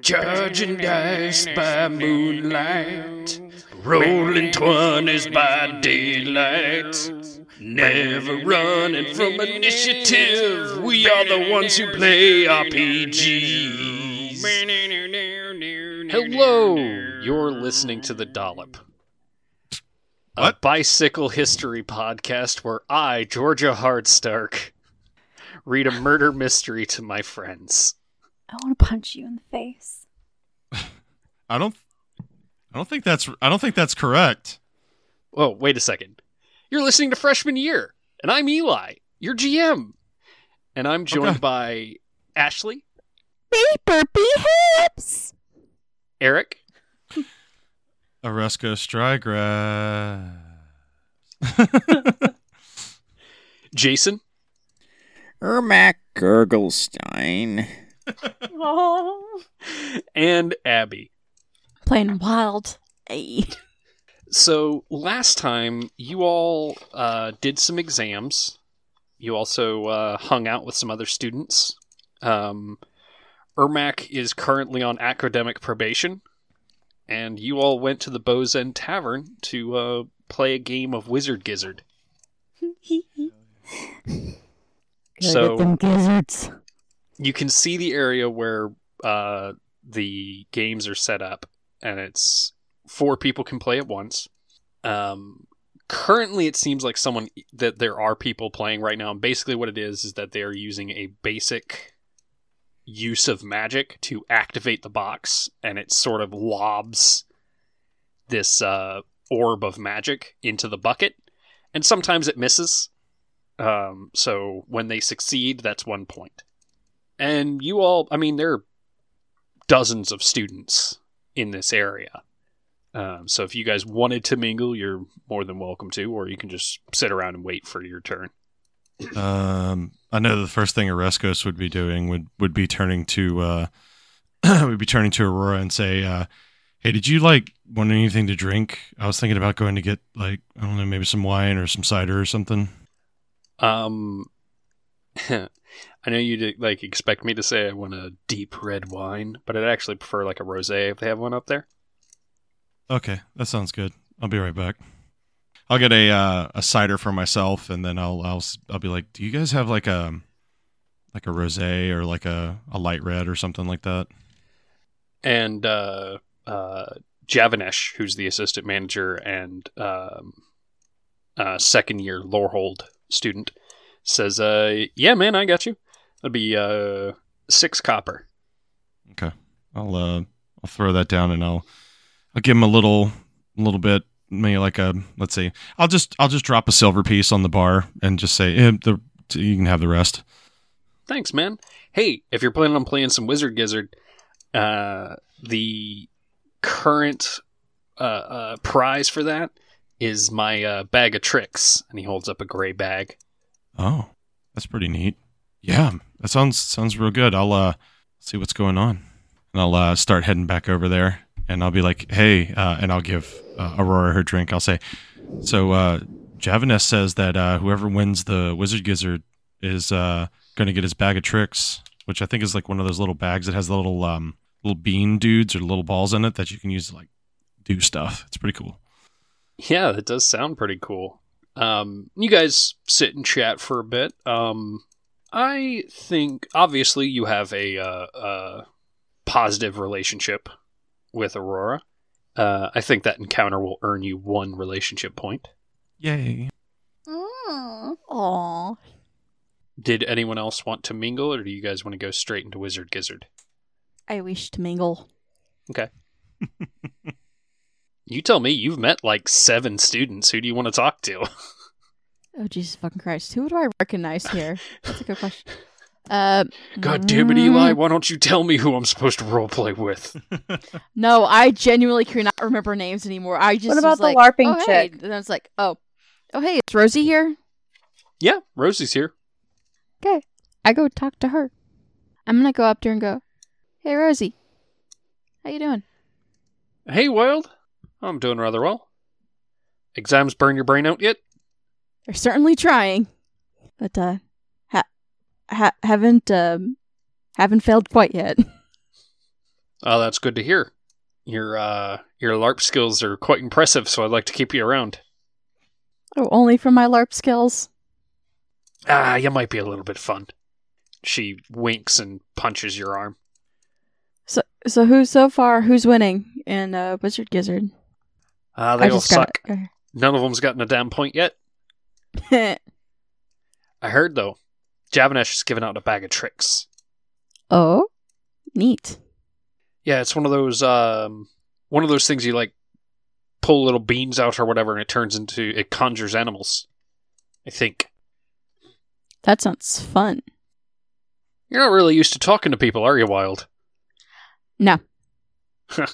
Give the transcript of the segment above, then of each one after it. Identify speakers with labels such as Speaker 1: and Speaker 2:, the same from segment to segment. Speaker 1: Judging dice by moonlight, rolling twenties by daylight. Never running from initiative. We are the ones who play RPGs.
Speaker 2: Hello, you're listening to The Dollop. A
Speaker 3: What?
Speaker 2: bicycle history podcast where I, Georgia Hardstark, read a murder mystery to my friends.
Speaker 4: I want to punch you in the face.
Speaker 3: I don't. I don't think that's. I don't think that's correct.
Speaker 2: Oh, wait a second. You're listening to Freshman Year, and I'm Eli, your GM. And I'm joined
Speaker 3: Okay.
Speaker 2: by Ashley,
Speaker 4: Paper hips.
Speaker 2: Eric,
Speaker 3: Oresco Strigra.
Speaker 2: Jason,
Speaker 5: Ermac Gurglestein.
Speaker 4: Oh.
Speaker 2: and Abby.
Speaker 4: Playing wild. Ay.
Speaker 2: So last time you all uh, did some exams. You also uh, hung out with some other students. Um, Ermac is currently on academic probation, and you all went to the Bow's End Tavern to uh, play a game of Wizard Gizzard.
Speaker 6: Mm.
Speaker 2: So-
Speaker 4: them gizzards.
Speaker 2: You can see the area where uh, the games are set up, and it's four people can play at once. Um, currently, it seems like someone that there are people playing right now. And basically, what it is is that they are using a basic use of magic to activate the box, and it sort of lobs this uh, orb of magic into the bucket. And sometimes it misses. Um, so when they succeed, that's one point. And you all, I mean, there are dozens of students in this area. Um, so if you guys wanted to mingle, you're more than welcome to, or you can just sit around and wait for your turn.
Speaker 3: Um, I know the first thing Orescos would be doing would would be turning to uh, would be turning to Aurora and say, uh, "Hey, did you like want anything to drink? I was thinking about going to get like I don't know, maybe some wine or some cider or something."
Speaker 2: Um, I know you like expect me to say I want a deep red wine, but I'd actually prefer like a rosé if they have one up there.
Speaker 3: Okay, that sounds good. I'll be right back. I'll get a uh, a cider for myself, and then I'll I'll s- I'll be like, "Do you guys have like a like a rosé or like a a light red or something like that?"
Speaker 2: and uh, uh, Javanesh, who's the assistant manager and um, uh, second year Lorehold student, says, uh, "Yeah, man, I got you. That'd be uh, six copper."
Speaker 3: I'll uh I'll throw that down and I'll I'll give him a little little bit maybe like a let's see I'll just I'll just drop a silver piece on the bar and just say eh, the you can have the rest.
Speaker 2: Thanks, man. Hey, if you're planning on playing some Wizard Gizzard, uh, the current uh, uh, prize for that is my uh, bag of tricks, and he holds up a gray bag.
Speaker 3: Oh, that's pretty neat. Yeah, that sounds sounds real good. I'll uh see what's going on and I'll uh, start heading back over there and I'll be like hey uh, and I'll give uh, Aurora her drink. I'll say so. uh Javaness says that uh, whoever wins the Wizard Gizzard is uh, going to get his bag of tricks, which I think is like one of those little bags that has the little um, little bean dudes or little balls in it that you can use to like do stuff. It's pretty cool.
Speaker 2: Yeah, that does sound pretty cool. Um, you guys sit and chat for a bit. Um, I think obviously you have a, uh, uh positive relationship with Aurora. Uh, I think that encounter will earn you one relationship point.
Speaker 3: Yay!
Speaker 4: Mm. Aw.
Speaker 2: Did anyone else want to mingle, or do you guys want to go straight into Wizard Gizzard?
Speaker 4: I wish to mingle.
Speaker 2: You tell me. You've met like seven students. Who do you want to talk to?
Speaker 4: Oh Jesus fucking Christ! Who do I recognize here? That's a good question. Uh,
Speaker 2: God damn it,
Speaker 4: mm,
Speaker 2: Eli! Why don't you tell me who I'm supposed to roleplay with?
Speaker 4: No, I genuinely cannot remember names anymore. I just
Speaker 6: What
Speaker 4: was
Speaker 6: about the
Speaker 4: like,
Speaker 6: LARPing
Speaker 4: oh, hey.
Speaker 6: chick?
Speaker 4: And I was like, oh, oh hey, it's Rosie here.
Speaker 2: yeah, Rosie's here.
Speaker 4: Okay, I go talk to her. I'm gonna go up there and go, hey Rosie, how you doing?
Speaker 2: Hey, Wild. I'm doing rather well. Exams burn your brain out yet?
Speaker 4: They're certainly trying, but uh, ha- ha- haven't um, haven't failed quite yet.
Speaker 2: Oh, that's good to hear. Your uh, your LARP skills are quite impressive, so I'd like to keep you around.
Speaker 4: Oh, only for my LARP skills.
Speaker 2: Ah, you might be a little bit fun. She winks and punches your arm.
Speaker 4: So, so who's so far? Who's winning in uh, Wizard Gizzard?
Speaker 2: Ah,
Speaker 4: I
Speaker 2: they all
Speaker 4: just got
Speaker 2: suck. None of them's gotten a damn point yet. I heard though, Javanesh is giving out a bag of tricks.
Speaker 4: oh, neat.
Speaker 2: Yeah, it's one of those um, one of those things you like pull little beans out or whatever, and it turns into it conjures animals. I think
Speaker 4: That sounds fun.
Speaker 2: you're not really used to talking to people, are you, Wild?
Speaker 4: No.
Speaker 2: All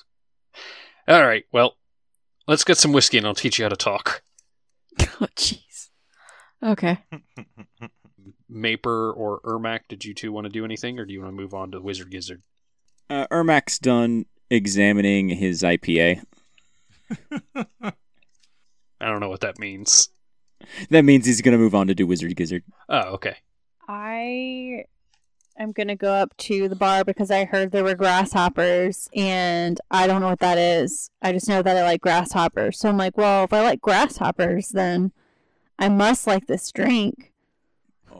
Speaker 2: right, well, let's get some whiskey, and I'll teach you how to talk.
Speaker 4: Oh, jeez. Okay.
Speaker 2: Maper or Ermac, did you two want to do anything, or do you want to move on to Wizard Gizzard?
Speaker 5: Uh, Ermac's done examining his IPA.
Speaker 2: I don't know what that means.
Speaker 5: That means he's gonna move on to do Wizard Gizzard.
Speaker 2: Oh, okay.
Speaker 6: I am gonna go up to the bar because I heard there were grasshoppers, and I don't know what that is. I just know that I like grasshoppers. So I'm like, well, if I like grasshoppers, then I must like this drink.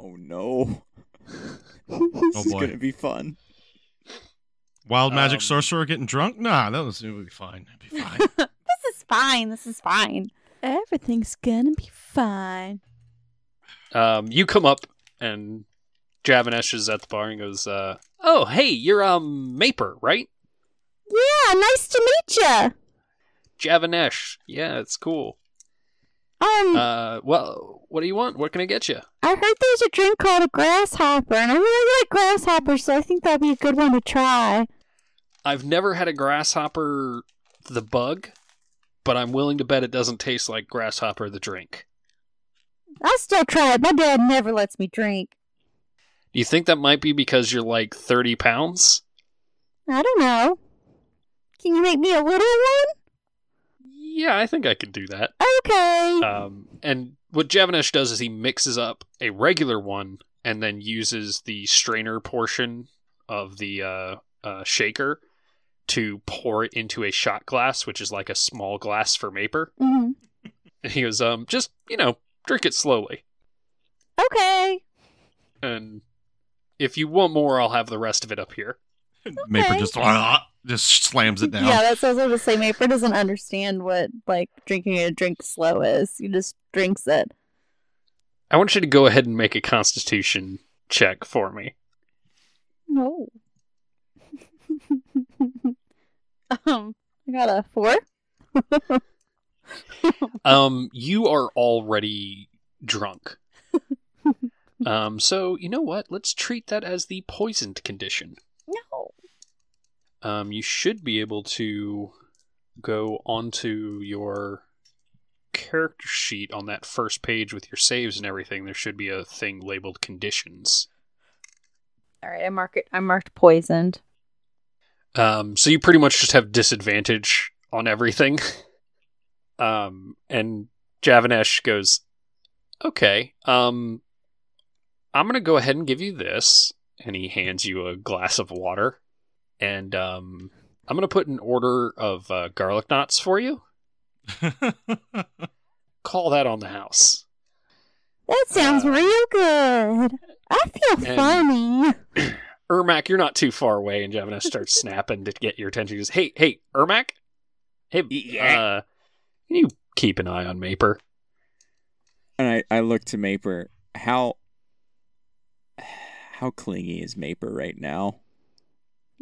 Speaker 5: Oh no. this
Speaker 3: Oh,
Speaker 5: is
Speaker 3: boy.
Speaker 5: gonna be fun.
Speaker 3: Wild magic
Speaker 2: Um,
Speaker 3: sorcerer getting drunk? Nah, that was it would be fine. It'd be fine.
Speaker 6: This is fine. This is fine.
Speaker 4: Everything's gonna be fine.
Speaker 2: Um, you come up and Javanesh is at the bar and goes, uh, "Oh, hey, you're um Maper, right?
Speaker 6: Yeah, nice to meet you.
Speaker 2: Javanesh. Yeah, it's cool.
Speaker 6: Um,
Speaker 2: Uh, well, what do you want? What can I get you?
Speaker 6: I heard there's a drink called a grasshopper, and I really like grasshoppers, so I think that'd be a good one to try.
Speaker 2: I've never had a grasshopper, the bug, but I'm willing to bet it doesn't taste like grasshopper the drink.
Speaker 6: I still try it. My dad never lets me drink.
Speaker 2: Do you think that might be because you're like 30 pounds?
Speaker 6: I don't know. Can you make me a little one?
Speaker 2: Yeah, I think I could do that.
Speaker 6: Okay.
Speaker 2: Um, and what Javanesh does is he mixes up a regular one and then uses the strainer portion of the uh, uh, shaker to pour it into a shot glass, which is like a small glass for Maper.
Speaker 6: hmm
Speaker 2: And he goes, um, just, you know, drink it slowly.
Speaker 6: Okay.
Speaker 2: And if you want more, I'll have the rest of it up here.
Speaker 3: Maper
Speaker 6: Okay.
Speaker 3: just "Ah," just slams it down.
Speaker 6: Yeah, that's what I was going to say. Maper doesn't understand what like drinking a drink slow is. He just drinks it.
Speaker 2: I want you to go ahead and make a constitution check for me.
Speaker 6: No. um, I got a four.
Speaker 2: Um, you are already drunk. um, so you know what? Let's treat that as the poisoned condition.
Speaker 6: No.
Speaker 2: Um, you should be able to go onto your character sheet on that first page with your saves and everything. There should be a thing labeled conditions.
Speaker 6: All right, I mark it. I marked poisoned.
Speaker 2: Um, so you pretty much just have disadvantage on everything. Um, and Javanesh goes, "Okay, um, I'm gonna go ahead and give you this," and he hands you a glass of water, and um, I'm gonna put an order of uh, garlic knots for you. Call that on the house.
Speaker 6: That sounds
Speaker 2: Uh,
Speaker 6: real good. I feel
Speaker 2: and-
Speaker 6: funny.
Speaker 2: Ermac, you're not too far away, and Javanesh starts snapping to get your attention. He goes, "Hey, hey, Ermac, hey,
Speaker 5: Yeah?
Speaker 2: uh, can you keep an eye on Maper?"
Speaker 5: And I, I look to Maper. How how clingy is Maper right now?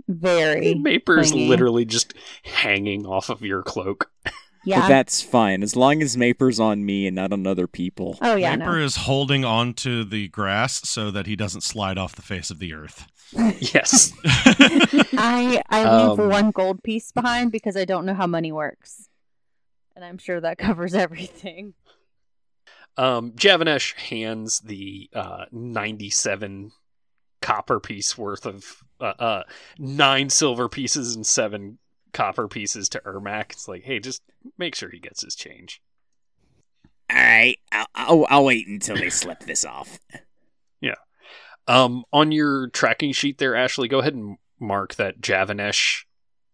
Speaker 6: Very.
Speaker 2: Maper's
Speaker 6: Clingy.
Speaker 2: literally just hanging off of your cloak.
Speaker 5: But
Speaker 6: Yeah.
Speaker 5: that's fine, as long as Maper's on me and not on other people.
Speaker 6: oh yeah.
Speaker 3: Maper
Speaker 6: No.
Speaker 3: is holding on to the grass so that he doesn't slide off the face of the earth.
Speaker 2: Yes.
Speaker 6: I I leave
Speaker 2: Um,
Speaker 6: one gold piece behind because I don't know how money works, and I'm sure that covers everything.
Speaker 2: Um, Javanesh hands the uh, 97 copper piece worth of uh, uh, nine silver pieces and seven copper pieces to Ermac. It's like, hey, just make sure he gets his change.
Speaker 5: All right, I'll, I'll, I'll wait until they slip this off.
Speaker 2: Um, on your tracking sheet there, Ashley, go ahead and mark that Javanesh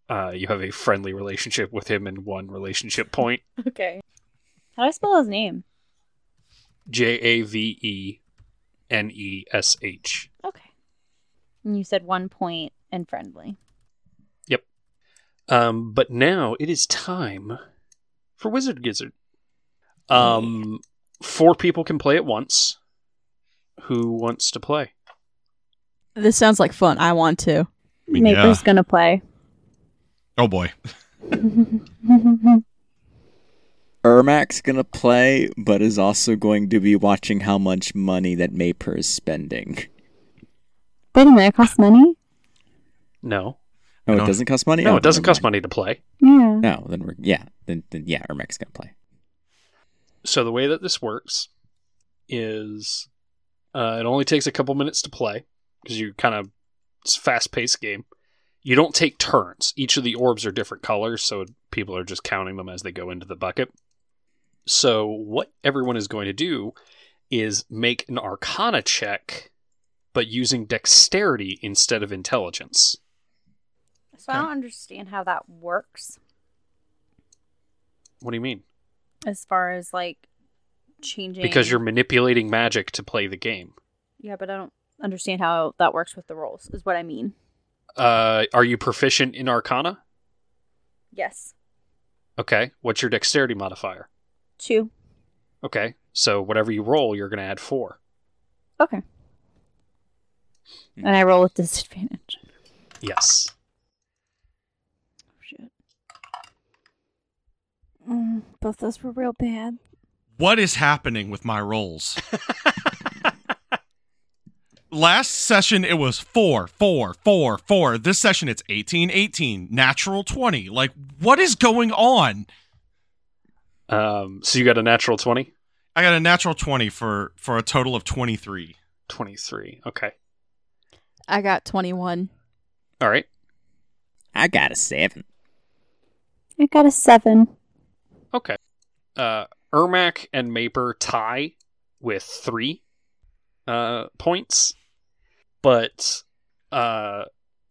Speaker 2: Uh, you have a friendly relationship with him and one relationship point.
Speaker 6: Okay. How do I spell his name?
Speaker 2: J A V E N E S H.
Speaker 6: Okay. And you said one point and friendly.
Speaker 2: Um, but now it is time for Wizard Gizzard. Um, four people can play at once. Who wants to play?
Speaker 7: This sounds like fun. I want to.
Speaker 3: I mean,
Speaker 6: Maker's gonna play.
Speaker 3: Oh boy.
Speaker 5: Ermac's gonna play, but is also going to be watching how much money that Maper is spending.
Speaker 6: Wait a minute, it costs money?
Speaker 2: No,
Speaker 5: Oh,
Speaker 3: No.
Speaker 5: it doesn't cost money.
Speaker 2: no,
Speaker 5: Oh,
Speaker 2: it doesn't
Speaker 5: never
Speaker 2: cost money to play.
Speaker 6: Yeah.
Speaker 5: mind. No, then we're yeah, then, then yeah, Ermac's gonna play.
Speaker 2: So the way that this works is uh, it only takes a couple minutes to play because you kind of it's a fast-paced game. You don't take turns. Each of the orbs are different colors, so people are just counting them as they go into the bucket. So what everyone is going to do is make an arcana check but using dexterity instead of intelligence.
Speaker 6: So I don't understand how that works
Speaker 2: What do you mean?
Speaker 6: as far as like changing
Speaker 2: Because you're manipulating magic to play the game.
Speaker 6: Yeah, but I don't understand how that works with the rolls, is what I mean.
Speaker 2: Uh, are you proficient in arcana?
Speaker 6: Yes.
Speaker 2: Okay. What's your dexterity modifier?
Speaker 6: Two.
Speaker 2: Okay. So whatever you roll, you're going to add four.
Speaker 6: Okay.
Speaker 2: Mm-hmm.
Speaker 6: And I roll with disadvantage.
Speaker 2: Yes.
Speaker 6: Shit. Mm, both those were real bad.
Speaker 3: What is happening with my rolls? Last session it was four, four, four, four. This session it's 18, 18, natural 20. Like, what is going on?
Speaker 2: Um, so you got a natural 20?
Speaker 3: I got a natural 20 for for a total of 23.
Speaker 2: 23. Okay.
Speaker 7: I got 21.
Speaker 2: All right.
Speaker 5: I got a seven.
Speaker 6: I got a seven.
Speaker 2: Okay. Uh, Ermac and Maper tie with three uh, points, but uh,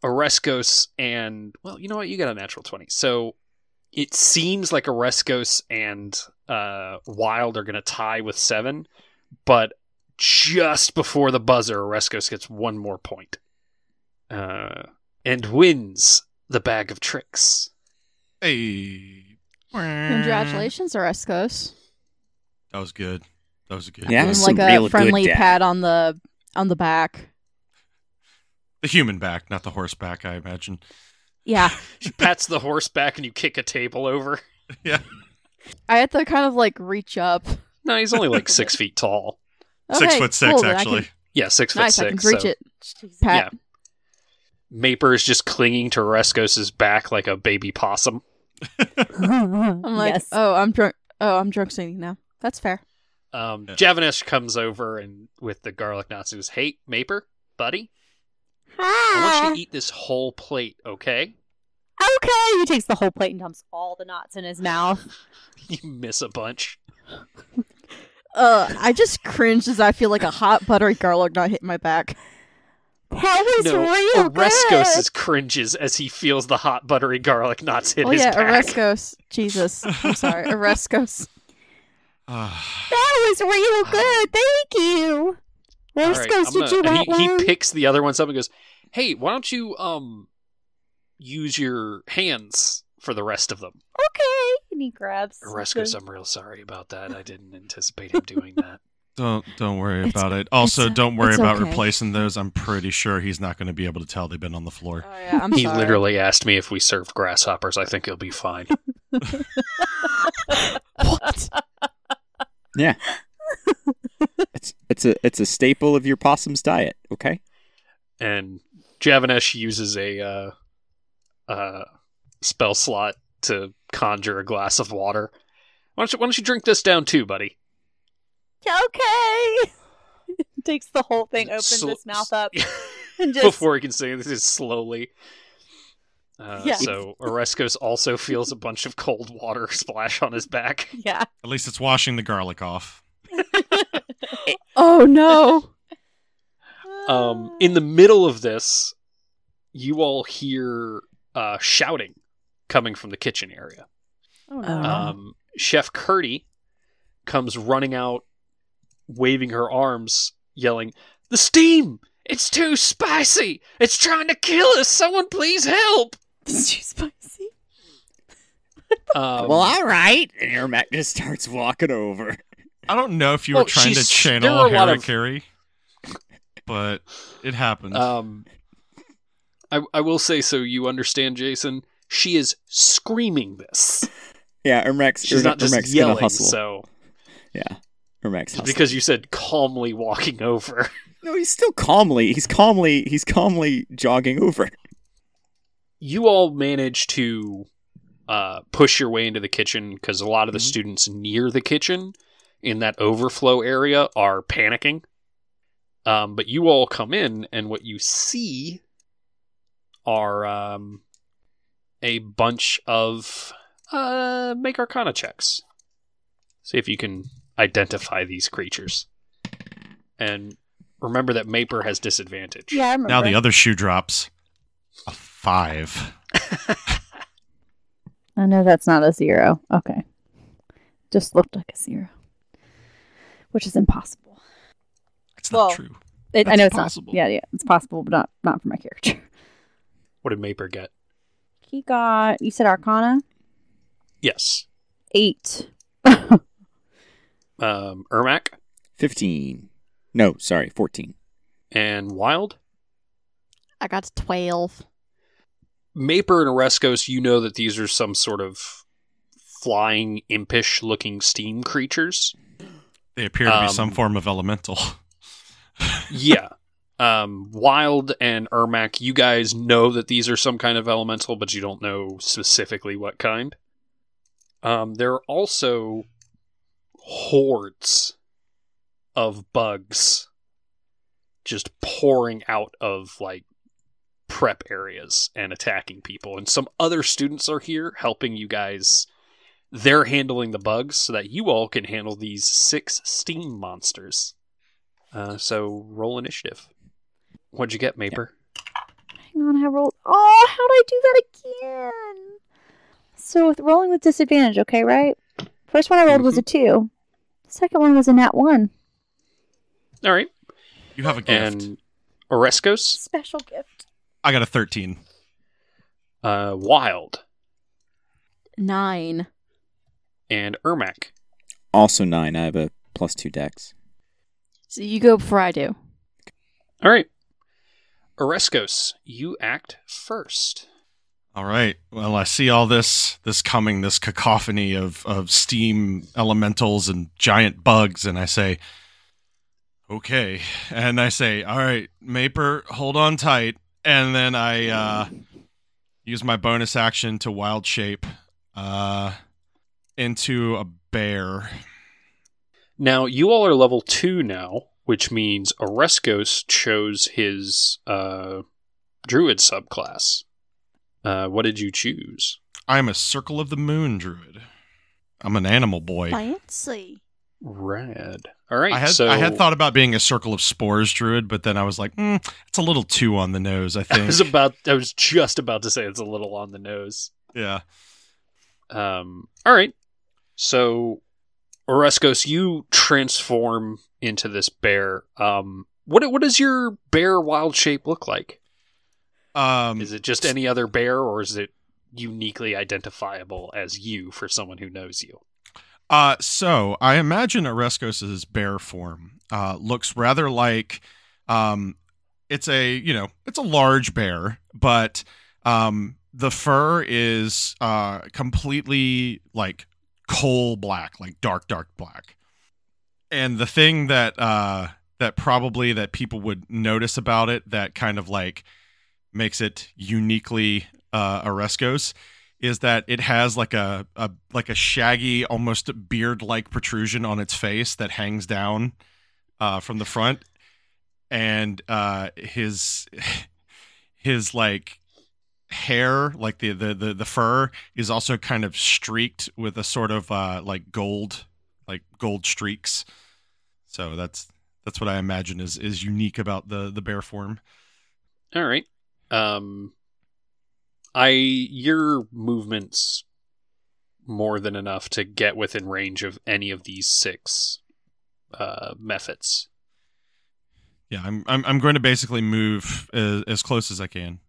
Speaker 2: Oreskos and well, you know what? You got a natural twenty, so it seems like Oreskos and uh, Wild are going to tie with seven, but just before the buzzer, Oreskos gets one more point uh, and wins the bag of tricks.
Speaker 3: Hey.
Speaker 2: Mm.
Speaker 7: Congratulations, Orescos.
Speaker 3: That was good. That was good.
Speaker 5: Yeah.
Speaker 7: Give
Speaker 5: was
Speaker 7: him
Speaker 5: some
Speaker 7: like
Speaker 5: real
Speaker 7: a
Speaker 5: good
Speaker 7: friendly
Speaker 5: dad.
Speaker 7: pat on the on the back.
Speaker 3: The human back, not the horse back, I imagine.
Speaker 7: Yeah.
Speaker 2: She pats the horse back, and you kick a table over.
Speaker 7: I had to kind of like reach up.
Speaker 2: No, he's only like six feet tall.
Speaker 3: six
Speaker 7: Okay,
Speaker 3: foot six,
Speaker 7: cool, then I can-
Speaker 3: actually.
Speaker 2: Yeah, six
Speaker 7: nice,
Speaker 2: foot
Speaker 7: I can
Speaker 2: six.
Speaker 7: reach
Speaker 2: so
Speaker 7: it. Pat.
Speaker 2: Maper is just clinging to Rescos's back like a baby possum.
Speaker 7: I'm like,
Speaker 6: yes.
Speaker 2: uh,
Speaker 7: oh, I'm drunk. Oh, I'm drunk singing now. That's fair.
Speaker 2: Um,
Speaker 3: Yeah.
Speaker 2: Javanesh comes over and with the garlic knots and goes, "Hey, Maper, buddy, I want you to
Speaker 7: Ah.
Speaker 2: eat this whole plate, okay?
Speaker 6: Ah, Okay. He takes the whole plate and dumps all the knots in his mouth.
Speaker 2: You miss a bunch."
Speaker 7: Uh, I just cringed as I feel like a hot buttery garlic knot hit my back.
Speaker 6: That was
Speaker 2: no,
Speaker 6: real
Speaker 2: Oreskos
Speaker 6: good.
Speaker 2: is cringes as he feels the hot buttery garlic knots hit
Speaker 7: oh
Speaker 2: his
Speaker 7: yeah,
Speaker 2: back.
Speaker 7: Orescos. Jesus, I'm sorry, Orescos.
Speaker 3: Ah.
Speaker 6: That was real good. Thank
Speaker 2: All
Speaker 6: you. Where's
Speaker 2: right,
Speaker 6: goes
Speaker 2: I'm
Speaker 6: did
Speaker 2: gonna-
Speaker 6: you
Speaker 2: and
Speaker 6: want
Speaker 2: he,
Speaker 6: one?
Speaker 2: he picks the other ones up and goes, "Hey, why don't you um use your hands for the rest of them?"
Speaker 6: okay. And he grabs.
Speaker 2: Rescos,
Speaker 6: the-
Speaker 2: I'm real sorry about that. I didn't anticipate him doing that.
Speaker 3: Don't don't worry
Speaker 7: It's-
Speaker 3: about it. Also,
Speaker 7: it's-
Speaker 3: don't worry
Speaker 7: it's
Speaker 3: about
Speaker 7: okay.
Speaker 3: replacing those. I'm pretty sure he's not going to be able to tell they've been on the floor.
Speaker 7: Oh yeah, I'm
Speaker 2: he
Speaker 7: sorry.
Speaker 2: literally asked me if we served grasshoppers. I think he'll be fine.
Speaker 7: What?
Speaker 5: It's it's a it's a staple of your possum's diet. Okay.
Speaker 2: and Javanesh uses a uh, uh, spell slot to conjure a glass of water. Why don't you, why don't you drink this down too, buddy?
Speaker 6: okay. Takes the whole thing, opens
Speaker 2: Sl-
Speaker 6: his mouth up,
Speaker 2: s-
Speaker 6: and just
Speaker 2: before he can say this is slowly. Uh,
Speaker 6: Yeah.
Speaker 2: So Oreskos also feels a bunch of cold water splash on his back.
Speaker 6: yeah.
Speaker 3: At least it's washing the garlic off.
Speaker 2: Eh,
Speaker 7: Oh no.
Speaker 2: Um, in the middle of this, you all hear uh, shouting coming from the kitchen area.
Speaker 7: Oh,
Speaker 6: Uh,
Speaker 5: Uh-huh.
Speaker 2: Um, Chef Curdy comes running out, waving her arms, yelling, The steam! It's too spicy! It's trying to kill us! Someone please help!
Speaker 7: It's too spicy.
Speaker 2: Um,
Speaker 5: well, all right. And Ermac just starts walking over.
Speaker 3: I don't know if you
Speaker 7: Oh,
Speaker 3: were
Speaker 2: Well,
Speaker 3: trying to
Speaker 2: she's- there were
Speaker 3: channel
Speaker 2: a lot of-
Speaker 3: Harakiri, but it happens.
Speaker 2: Um, I, I will say so you understand, Jason. She is screaming this.
Speaker 5: Yeah, Ermac's,
Speaker 2: She's not just
Speaker 5: Ermac's
Speaker 2: yelling.
Speaker 5: gonna hustle.
Speaker 2: So
Speaker 5: Yeah.
Speaker 2: just
Speaker 5: Ermac's hustling.
Speaker 2: because you said calmly walking over,
Speaker 5: No, he's still calmly. He's calmly. He's calmly jogging over.
Speaker 2: you all manage to uh, push your way into the kitchen because a lot of the
Speaker 5: Mhm.
Speaker 2: students near the kitchen in that overflow area are panicking. Um, but you all come in, and what you see are um, a bunch of uh, make arcana checks. See if you can identify these creatures. And remember that Maper has disadvantage.
Speaker 6: yeah, I remember.
Speaker 3: now the other shoe drops. A five.
Speaker 6: I know that's not a zero. Okay. Just looked like a zero, which is impossible.
Speaker 3: It's
Speaker 6: Well,
Speaker 3: not true.
Speaker 6: It, I
Speaker 3: That's
Speaker 6: know it's
Speaker 3: possible.
Speaker 6: not. Yeah, yeah, it's possible, but not not for my character.
Speaker 2: What did Maper get?
Speaker 6: He got. You said Arcana
Speaker 2: Yes.
Speaker 6: eight.
Speaker 2: Um, Ermac?
Speaker 5: Fifteen. No, sorry, fourteen.
Speaker 2: and Wild.
Speaker 4: I got to 12.
Speaker 2: Maper and Orescos, you know that these are some sort of flying, impish looking steam creatures.
Speaker 3: They appear to be
Speaker 2: um,
Speaker 3: some form of elemental.
Speaker 2: yeah. Um, Wild and Ermac, you guys know that these are some kind of elemental, but you don't know specifically what kind. Um, there are also hordes of bugs just pouring out of like prep areas and attacking people. And some other students are here helping you guys. They're handling the bugs so that you all can handle these six steam monsters. Uh, so roll initiative. What'd you get, Maper?
Speaker 6: Hang on, I rolled. Oh, how'd I do that again? So with rolling with disadvantage, okay, right? First one I rolled was a two. Second one was a nat one.
Speaker 2: All right,
Speaker 3: You have a gift.
Speaker 2: and Orescos,
Speaker 6: Special gift.
Speaker 3: I got a 13.
Speaker 2: uh, Wild,
Speaker 4: Nine.
Speaker 2: and Ermac.
Speaker 5: Also nine. I have a plus two dex.
Speaker 4: So you go before I do.
Speaker 2: All right, Orescos, you act first.
Speaker 3: All right. Well, I see all this this coming, this cacophony of of steam elementals and giant bugs, and I say, okay, and I say, all right, Maper, hold on tight, and then I uh, use my bonus action to wild shape uh, into a bear.
Speaker 2: Now you all are level two now, which means Orescos chose his uh, druid subclass. Uh, what did you choose?
Speaker 3: I'm a circle of the moon druid. I'm an animal boy.
Speaker 4: Fancy.
Speaker 2: Red. All right.
Speaker 3: I had
Speaker 2: so
Speaker 3: I had thought about being a circle of spores druid, but then I was like, mm, it's a little too on the nose. I
Speaker 2: I
Speaker 3: think.
Speaker 2: was about. I was just about to say it's a little on the nose.
Speaker 3: yeah.
Speaker 2: Um, all right. So, Orescos, you transform into this bear. Um, what what does your bear wild shape look like?
Speaker 3: Um,
Speaker 2: Is it just any other bear, or is it uniquely identifiable as you for someone who knows you?
Speaker 3: uh, so I imagine Orescos' bear form uh, looks rather like um, it's a you know it's a large bear, but um, the fur is uh, completely like coal black, like dark dark black. And the thing that uh, that probably that people would notice about it that kind of like makes it uniquely uh, Orescos is that it has like a, a like a shaggy, almost beard like protrusion on its face that hangs down uh, from the front, and uh, his his like hair, like the, the the the fur, is also kind of streaked with a sort of uh, like gold like gold streaks. So that's that's what I imagine is is unique about the the bear form.
Speaker 2: All right. Um, I your movements more than enough to get within range of any of these six uh, methods.
Speaker 3: Yeah, I'm I'm I'm going to basically move as, as close as I can.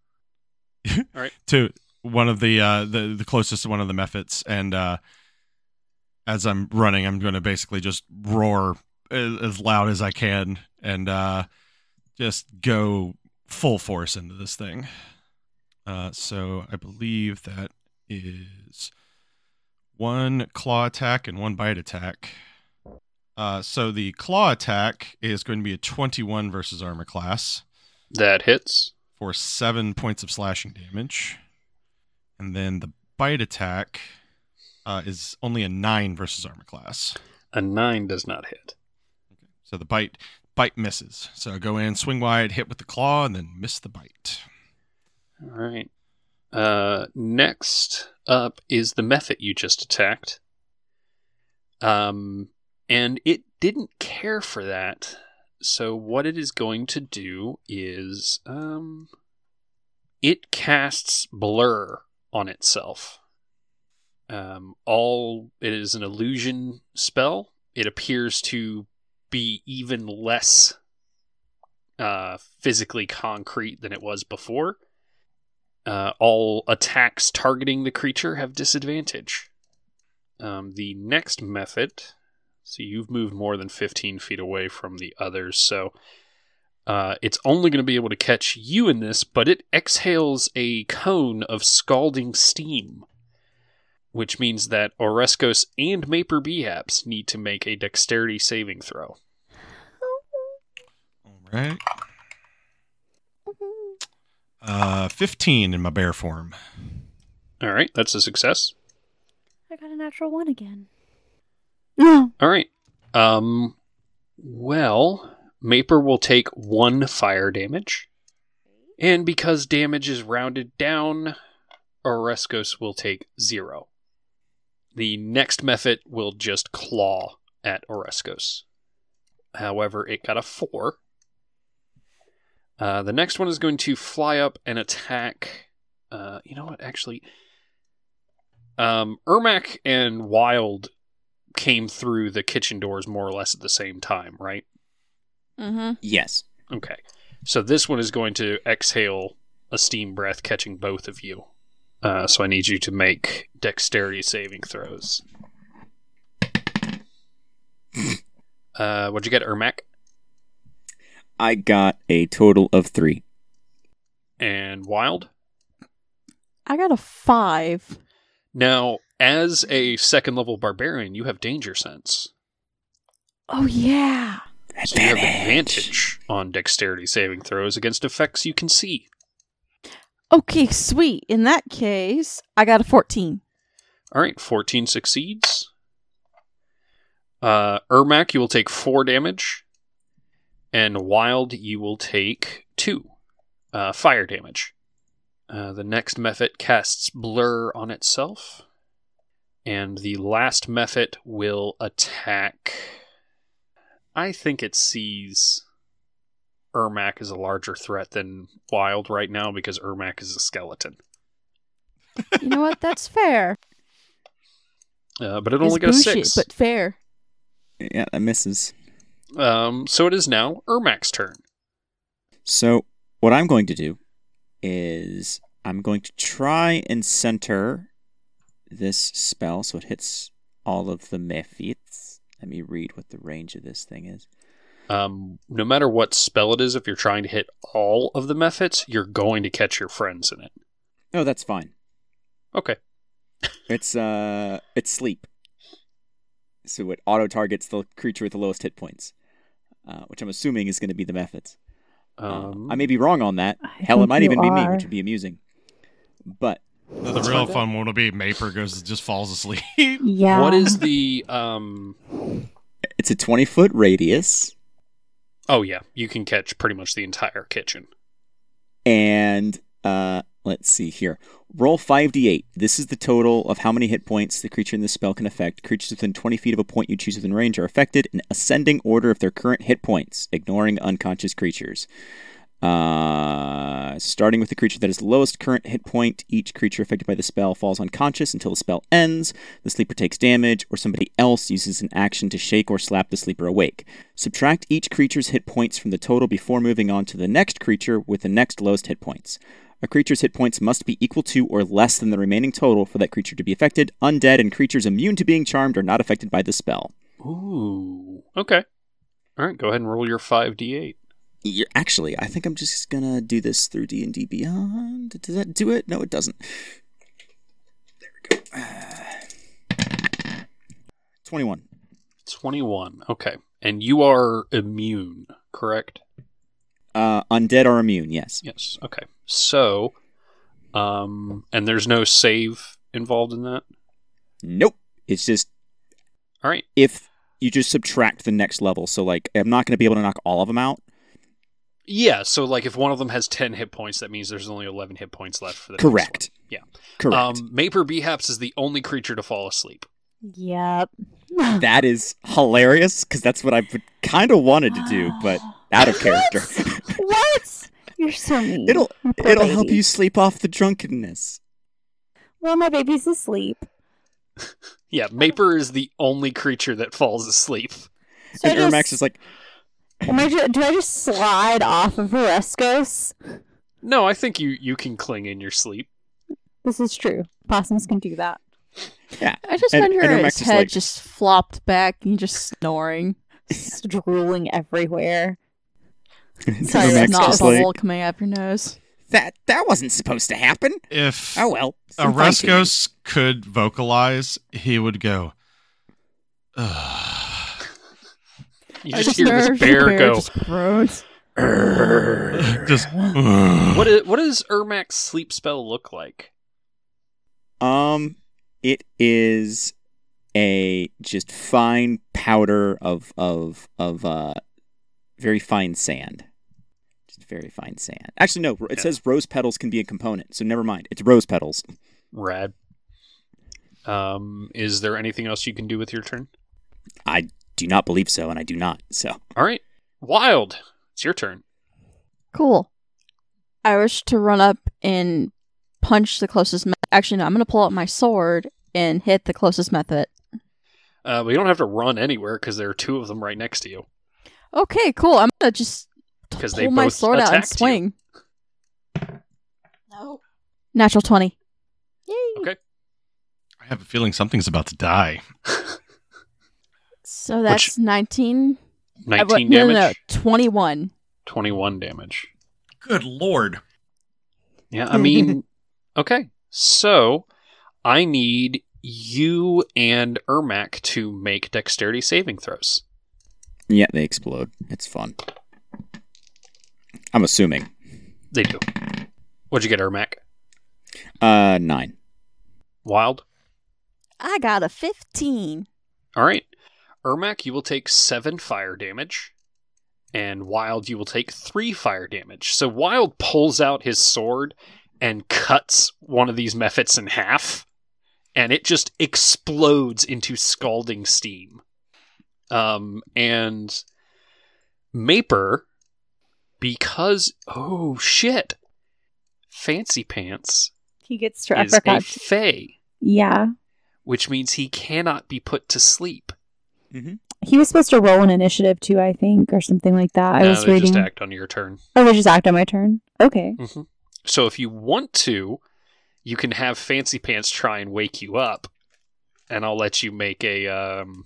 Speaker 2: All right.
Speaker 3: To one of the uh the, the closest to one of the methods and uh as I'm running, I'm going to basically just roar as, as loud as I can and uh just go full force into this thing. Uh so I believe that is one claw attack and one bite attack. Uh, so the claw attack is going to be a 21 versus armor class
Speaker 2: That hits.
Speaker 3: for seven points of slashing damage. And then the bite attack uh, is only a nine versus armor class.
Speaker 2: A nine does not hit.
Speaker 3: So the bite bite misses. So I go in, swing wide, hit with the claw, and then miss the bite.
Speaker 2: All right. Uh, next up is the method you just attacked. Um, and it didn't care for that. So what it is going to do is, um, it casts blur on itself. Um, all it is an illusion spell. It appears to be even less uh, physically concrete than it was before. Uh, all attacks targeting the creature have disadvantage. Um, the next method, so you've moved more than 15 feet away from the others, so uh, it's only going to be able to catch you in this, but it exhales a cone of scalding steam, which means that Orescos and Maper Behaps need to make a dexterity saving throw.
Speaker 6: Oh,
Speaker 3: All right.
Speaker 6: mm-hmm.
Speaker 3: Uh, 15 in my bear form.
Speaker 2: All right, that's a success.
Speaker 8: I got a natural one again.
Speaker 2: All right. Um. Well, Maper will take one fire damage, and because damage is rounded down, Orescos will take zero. The next method will just claw at Orescos. However, it got a four. Uh, the next one is going to fly up and attack. Uh, you know what? Actually, um, Ermac and Wild came through the kitchen doors more or less at the same time, right?
Speaker 7: Mm-hmm.
Speaker 5: Yes.
Speaker 2: Okay. So this one is going to exhale a steam breath, catching both of you. Uh, so I need you to make dexterity saving throws. Uh, what'd you get, Ermac?
Speaker 5: I got a total of three.
Speaker 2: And Wild?
Speaker 7: I got a five.
Speaker 2: Now, as a second level barbarian, you have danger sense.
Speaker 7: Oh yeah.
Speaker 2: So you have advantage on dexterity saving throws against effects you can see.
Speaker 7: Okay, sweet. In that case, I got a fourteen.
Speaker 2: All right, 14 succeeds. Uh, Ermac, you will take four damage. And Wild, you will take two uh, fire damage. Uh, the next method casts Blur on itself. And the last method will attack. I think it sees Ermac as a larger threat than Wild right now because Ermac is a skeleton.
Speaker 4: You know what? That's fair.
Speaker 2: Uh, but it
Speaker 7: It's
Speaker 2: only got a
Speaker 7: bullshit,
Speaker 2: six.
Speaker 7: but fair.
Speaker 5: Yeah, that misses.
Speaker 2: Um, so it is now Ermac's turn.
Speaker 5: So, what I'm going to do is I'm going to try and center this spell so it hits all of the mephits. Let me read what the range of this thing is.
Speaker 2: Um, no matter what spell it is, if you're trying to hit all of the methods, you're going to catch your friends in it.
Speaker 5: Oh, that's fine.
Speaker 2: Okay.
Speaker 5: It's uh, it's sleep. So it auto targets the creature with the lowest hit points, uh, which I'm assuming is going to be the methods.
Speaker 2: Um,
Speaker 5: I may be wrong on that.
Speaker 6: I
Speaker 5: Hell, it
Speaker 6: think
Speaker 5: might
Speaker 6: you
Speaker 5: even be me,
Speaker 6: are.
Speaker 5: which would be amusing. But
Speaker 3: The real fun one will be Maper goes just falls asleep.
Speaker 6: Yeah.
Speaker 2: what is the um?
Speaker 5: it's a 20 foot radius,
Speaker 2: Oh yeah, you can catch pretty much the entire kitchen.
Speaker 5: and uh, let's see here. Roll 5d8. This is the total of how many hit points the creature in this spell can affect. Creatures within 20 feet of a point you choose within range are affected in ascending order of their current hit points, ignoring unconscious creatures. Uh, starting with the creature that is lowest current hit point, each creature affected by the spell falls unconscious until the spell ends. The sleeper takes damage, or somebody else uses an action to shake or slap the sleeper awake. Subtract each creature's hit points from the total before moving on to the next creature with the next lowest hit points. A creature's hit points must be equal to or less than the remaining total for that creature to be affected. Undead and creatures immune to being charmed are not affected by the spell.
Speaker 2: Ooh. Okay. All right. Go ahead and roll your five d8.
Speaker 5: you actually, I think I'm just gonna do this through D and D Beyond. Does that do it? No, it doesn't. There we go. Ah. Twenty-one.
Speaker 2: Twenty-one. Okay. And you are immune, correct?
Speaker 5: Uh, undead are immune. Yes.
Speaker 2: Yes. Okay. So, um, and there's no save involved in that.
Speaker 5: Nope. It's just
Speaker 2: All right.
Speaker 5: if you just subtract the next level. So like, I'm not gonna be able to knock all of them out.
Speaker 2: Yeah. So, like, if one of them has ten hit points, that means there's only eleven hit points left for the next one.
Speaker 5: Correct.
Speaker 2: Yeah.
Speaker 5: Correct.
Speaker 2: Um, Maper Behaps is the only creature to fall asleep.
Speaker 6: Yep.
Speaker 5: that is hilarious because that's what I kind of wanted to do, but out of character.
Speaker 6: what? You're so mean.
Speaker 5: it'll
Speaker 6: My poor
Speaker 5: it'll help
Speaker 6: baby.
Speaker 5: you sleep off the drunkenness.
Speaker 6: Well, my baby's asleep.
Speaker 2: Yeah, Maper is the only creature that falls asleep.
Speaker 6: So
Speaker 5: and
Speaker 6: I
Speaker 5: Ermax
Speaker 6: just-
Speaker 5: is like,
Speaker 6: am I ju- do I just slide off of Orescos?
Speaker 2: No, I think you you can cling in your sleep.
Speaker 6: This is true. Possums can do that.
Speaker 5: yeah.
Speaker 7: I just
Speaker 5: And-
Speaker 7: wonder
Speaker 5: and
Speaker 7: if
Speaker 5: Ermax
Speaker 7: his
Speaker 5: is
Speaker 7: head
Speaker 5: like-
Speaker 7: just flopped back and just snoring.
Speaker 6: Just drooling everywhere. Sorry,
Speaker 7: Sorry,
Speaker 6: Ermax
Speaker 5: Ermax
Speaker 7: snot
Speaker 5: is like,
Speaker 7: bubble coming up your nose.
Speaker 5: that that wasn't supposed to happen.
Speaker 3: If
Speaker 5: Oh well. Some fine tuning.
Speaker 3: Orescos could vocalize, he would go. "Ugh."
Speaker 2: You
Speaker 7: I
Speaker 2: just hear this
Speaker 7: nervous
Speaker 2: bear go.
Speaker 7: just groans.
Speaker 3: Just "Ugh."
Speaker 2: What is, what does Ermac's sleep spell look like?
Speaker 5: Um, it is a just fine powder of of of uh very fine sand. Just very fine sand. Actually, no. It
Speaker 2: Yeah.
Speaker 5: says rose petals can be a component, so never mind. It's rose petals.
Speaker 2: Rad. Um, is there anything else you can do with your turn?
Speaker 5: I do not believe so, and I do not. So
Speaker 2: All right, Wild, it's your turn.
Speaker 7: Cool. I wish to run up and punch the closest. Me- Actually, no. I'm gonna pull out my sword and hit the closest method.
Speaker 2: Uh, we don't have to run anywhere because there are two of them right next to you.
Speaker 7: Okay, cool. I'm gonna just t-
Speaker 2: 'Cause
Speaker 7: pull
Speaker 2: they
Speaker 7: my
Speaker 2: both
Speaker 7: sword out and
Speaker 2: attacked you.
Speaker 7: swing. No. Natural twenty.
Speaker 3: I have a feeling something's about to die.
Speaker 7: So that's nineteen. I-
Speaker 2: Nineteen
Speaker 7: no,
Speaker 2: damage,
Speaker 7: No, no, twenty-one.
Speaker 2: twenty-one damage.
Speaker 3: Good lord.
Speaker 2: Yeah, I mean, okay. So I need you and Ermac to make dexterity saving throws.
Speaker 5: yeah, they explode. It's fun. I'm assuming.
Speaker 2: They do. What'd you get, Ermac?
Speaker 5: Uh, nine.
Speaker 2: Wild.
Speaker 7: I got a fifteen.
Speaker 2: All right. Ermac, you will take seven fire damage, and Wild, you will take three fire damage. So Wild pulls out his sword and cuts one of these mephits in half, and it just explodes into scalding steam. Um, and Maper, because oh shit, Fancy Pants
Speaker 6: He gets to
Speaker 2: is a
Speaker 6: uppercut.
Speaker 2: fey,
Speaker 6: yeah.
Speaker 2: which means he cannot be put to sleep.
Speaker 6: He was supposed to roll an initiative too, I think, or something like that. I
Speaker 2: No,
Speaker 6: was
Speaker 2: they
Speaker 6: reading.
Speaker 2: just act on your turn. Mm-hmm.
Speaker 6: Oh, they just act on my turn. Okay.
Speaker 2: So if you want to, you can have Fancy Pants try and wake you up, and I'll let you make a um,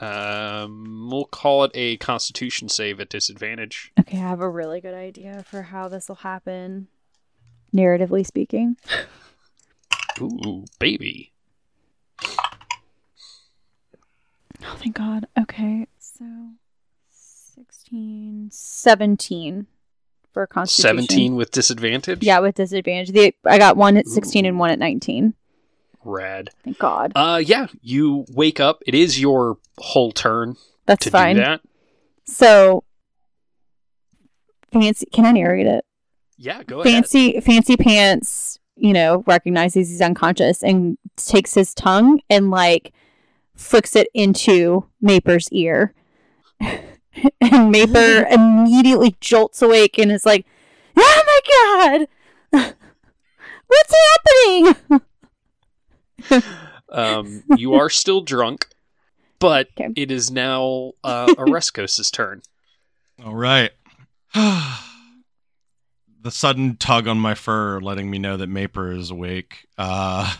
Speaker 2: um we'll call it a Constitution save at disadvantage.
Speaker 8: Okay, I have a really good idea for how this will happen.
Speaker 6: Narratively speaking,
Speaker 2: Ooh, baby.
Speaker 8: Oh, thank God. Okay, so 16, 17 for Constitution.
Speaker 2: Seventeen with disadvantage.
Speaker 6: yeah, with disadvantage. The I got one at sixteen
Speaker 2: Ooh.
Speaker 6: and one at nineteen.
Speaker 2: Rad.
Speaker 6: Thank God.
Speaker 2: Uh, yeah. You wake up. It is your whole turn
Speaker 6: That's
Speaker 2: to
Speaker 6: fine.
Speaker 2: do that.
Speaker 6: So, fancy. Can I narrate it?
Speaker 2: Yeah. Go ahead.
Speaker 6: fancy fancy pants you know recognizes he's unconscious and takes his tongue and like flicks it into maper's ear and Maper immediately jolts awake and is like, "Oh my god, what's happening?"
Speaker 2: Um, you are still drunk, but
Speaker 6: Okay.
Speaker 2: it is now uh, Orescos' turn.
Speaker 3: All right. the sudden tug on my fur letting me know that Maper is awake. Uh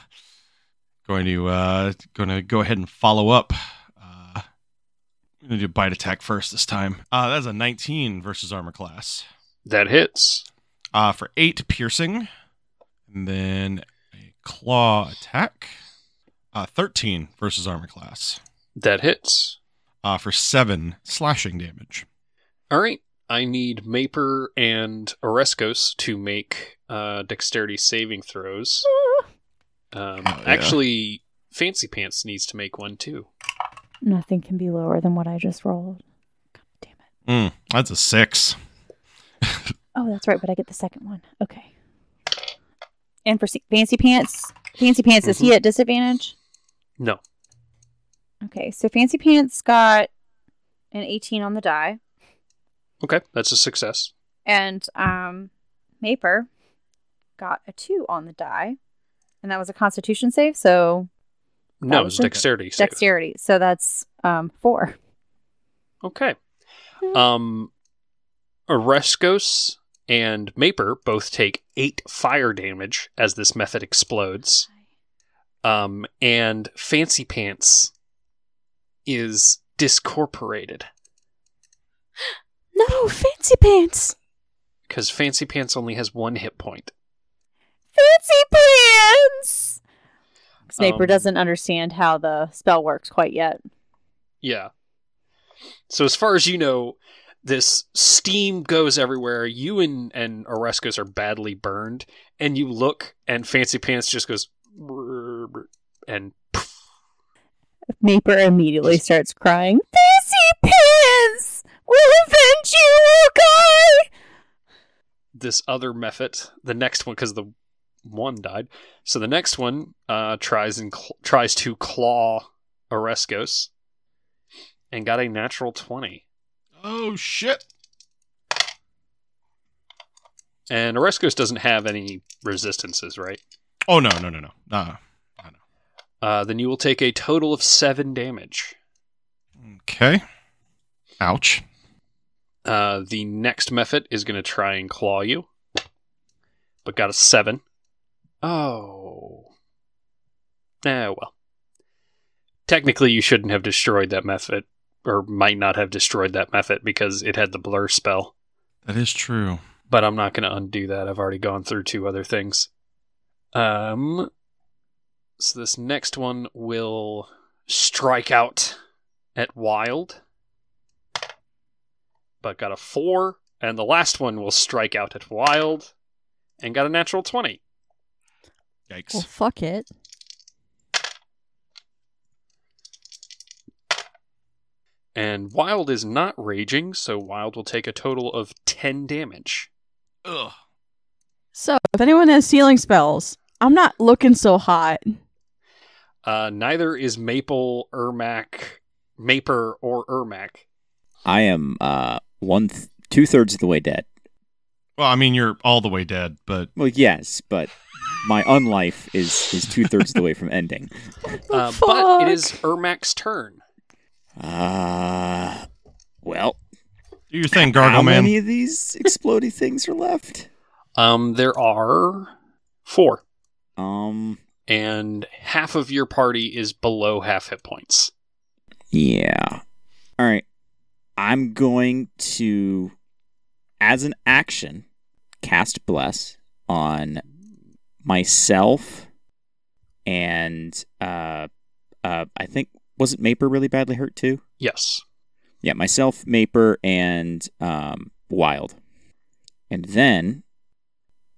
Speaker 3: going to uh going to go ahead and follow up. Uh I'm going to do bite attack first this time. Uh that's a 19 versus armor class.
Speaker 2: That hits.
Speaker 3: Uh for 8 piercing and then a claw attack. Uh 13 versus armor class.
Speaker 2: That hits.
Speaker 3: Uh for 7 slashing damage.
Speaker 2: All right. I need Maper and Orescos to make uh, dexterity saving throws. Um,
Speaker 3: yeah.
Speaker 2: Actually, Fancy Pants needs to make one too.
Speaker 8: Nothing can be lower than what I just rolled. God damn it.
Speaker 3: Mm, that's a 6.
Speaker 8: Oh, that's right, but I get the second one. Okay.
Speaker 6: And for se- Fancy Pants, Fancy Pants is he at disadvantage?
Speaker 2: No.
Speaker 6: Okay, so Fancy Pants got an eighteen on the die,
Speaker 2: Okay, that's a success.
Speaker 6: and um, Maper got a two on the die, and that was a Constitution save, so
Speaker 2: No,
Speaker 6: was
Speaker 2: it's
Speaker 6: a
Speaker 2: dexterity. save.
Speaker 6: dexterity. So that's um four.
Speaker 2: Okay. Um, Orescos and Maper both take eight fire damage as this method explodes. Um, and Fancy Pants is discorporated
Speaker 7: No, fancy pants.
Speaker 2: because Fancy Pants only has one hit point.
Speaker 6: Fancy Pants. Snaper
Speaker 2: Um,
Speaker 6: doesn't understand how the spell works quite yet.
Speaker 2: Yeah. So as far as you know, this steam goes everywhere. You and and Orescos are badly burned, and you look, and Fancy Pants just goes and
Speaker 6: Naper immediately starts crying. Fancy Pants will avenge you, oh God!
Speaker 2: this other method. The next one, because the one died, so the next one uh, tries and cl- tries to claw Orescos, and got a natural twenty.
Speaker 3: Oh shit.
Speaker 2: And Orescos doesn't have any resistances, right?
Speaker 3: Oh no, no, no, no. Uh,
Speaker 2: Uh, then you will take a total of seven damage.
Speaker 3: okay. Ouch.
Speaker 2: Uh, the next method is going to try and claw you, but got a seven. Oh. Eh, well. Technically, you shouldn't have destroyed that method, or might not have destroyed that method because it had the blur spell.
Speaker 3: That is true.
Speaker 2: But I'm not going to undo that. I've already gone through two other things. Um. So this next one will strike out at wild, but got a four, and the last one will strike out at wild, and got a natural twenty.
Speaker 3: Yikes.
Speaker 7: Well, fuck it.
Speaker 2: And wild is not raging, so wild will take a total of ten damage.
Speaker 3: Ugh.
Speaker 7: So, if anyone has healing spells, I'm not looking so hot.
Speaker 2: Uh, neither is Maple, Ermac, Maper, or Ermac.
Speaker 5: I am uh one th- two thirds of the way dead.
Speaker 3: Well, I mean, you're all the way dead, but
Speaker 5: Well, yes, but my unlife is is two thirds of the way from ending.
Speaker 2: Uh, but it is Ermac's turn.
Speaker 5: Uh well,
Speaker 3: do your thing,
Speaker 5: how
Speaker 3: Gargle Man.
Speaker 5: many of these explodey things are left?
Speaker 2: Um, there are four,
Speaker 5: Um,
Speaker 2: and half of your party is below half hit points.
Speaker 5: yeah. All right, I'm going to, as an action, cast bless on myself, and uh, uh, I think wasn't Maper really badly hurt too?
Speaker 2: Yes.
Speaker 5: Yeah, myself, Maper, and um, Wild. And then,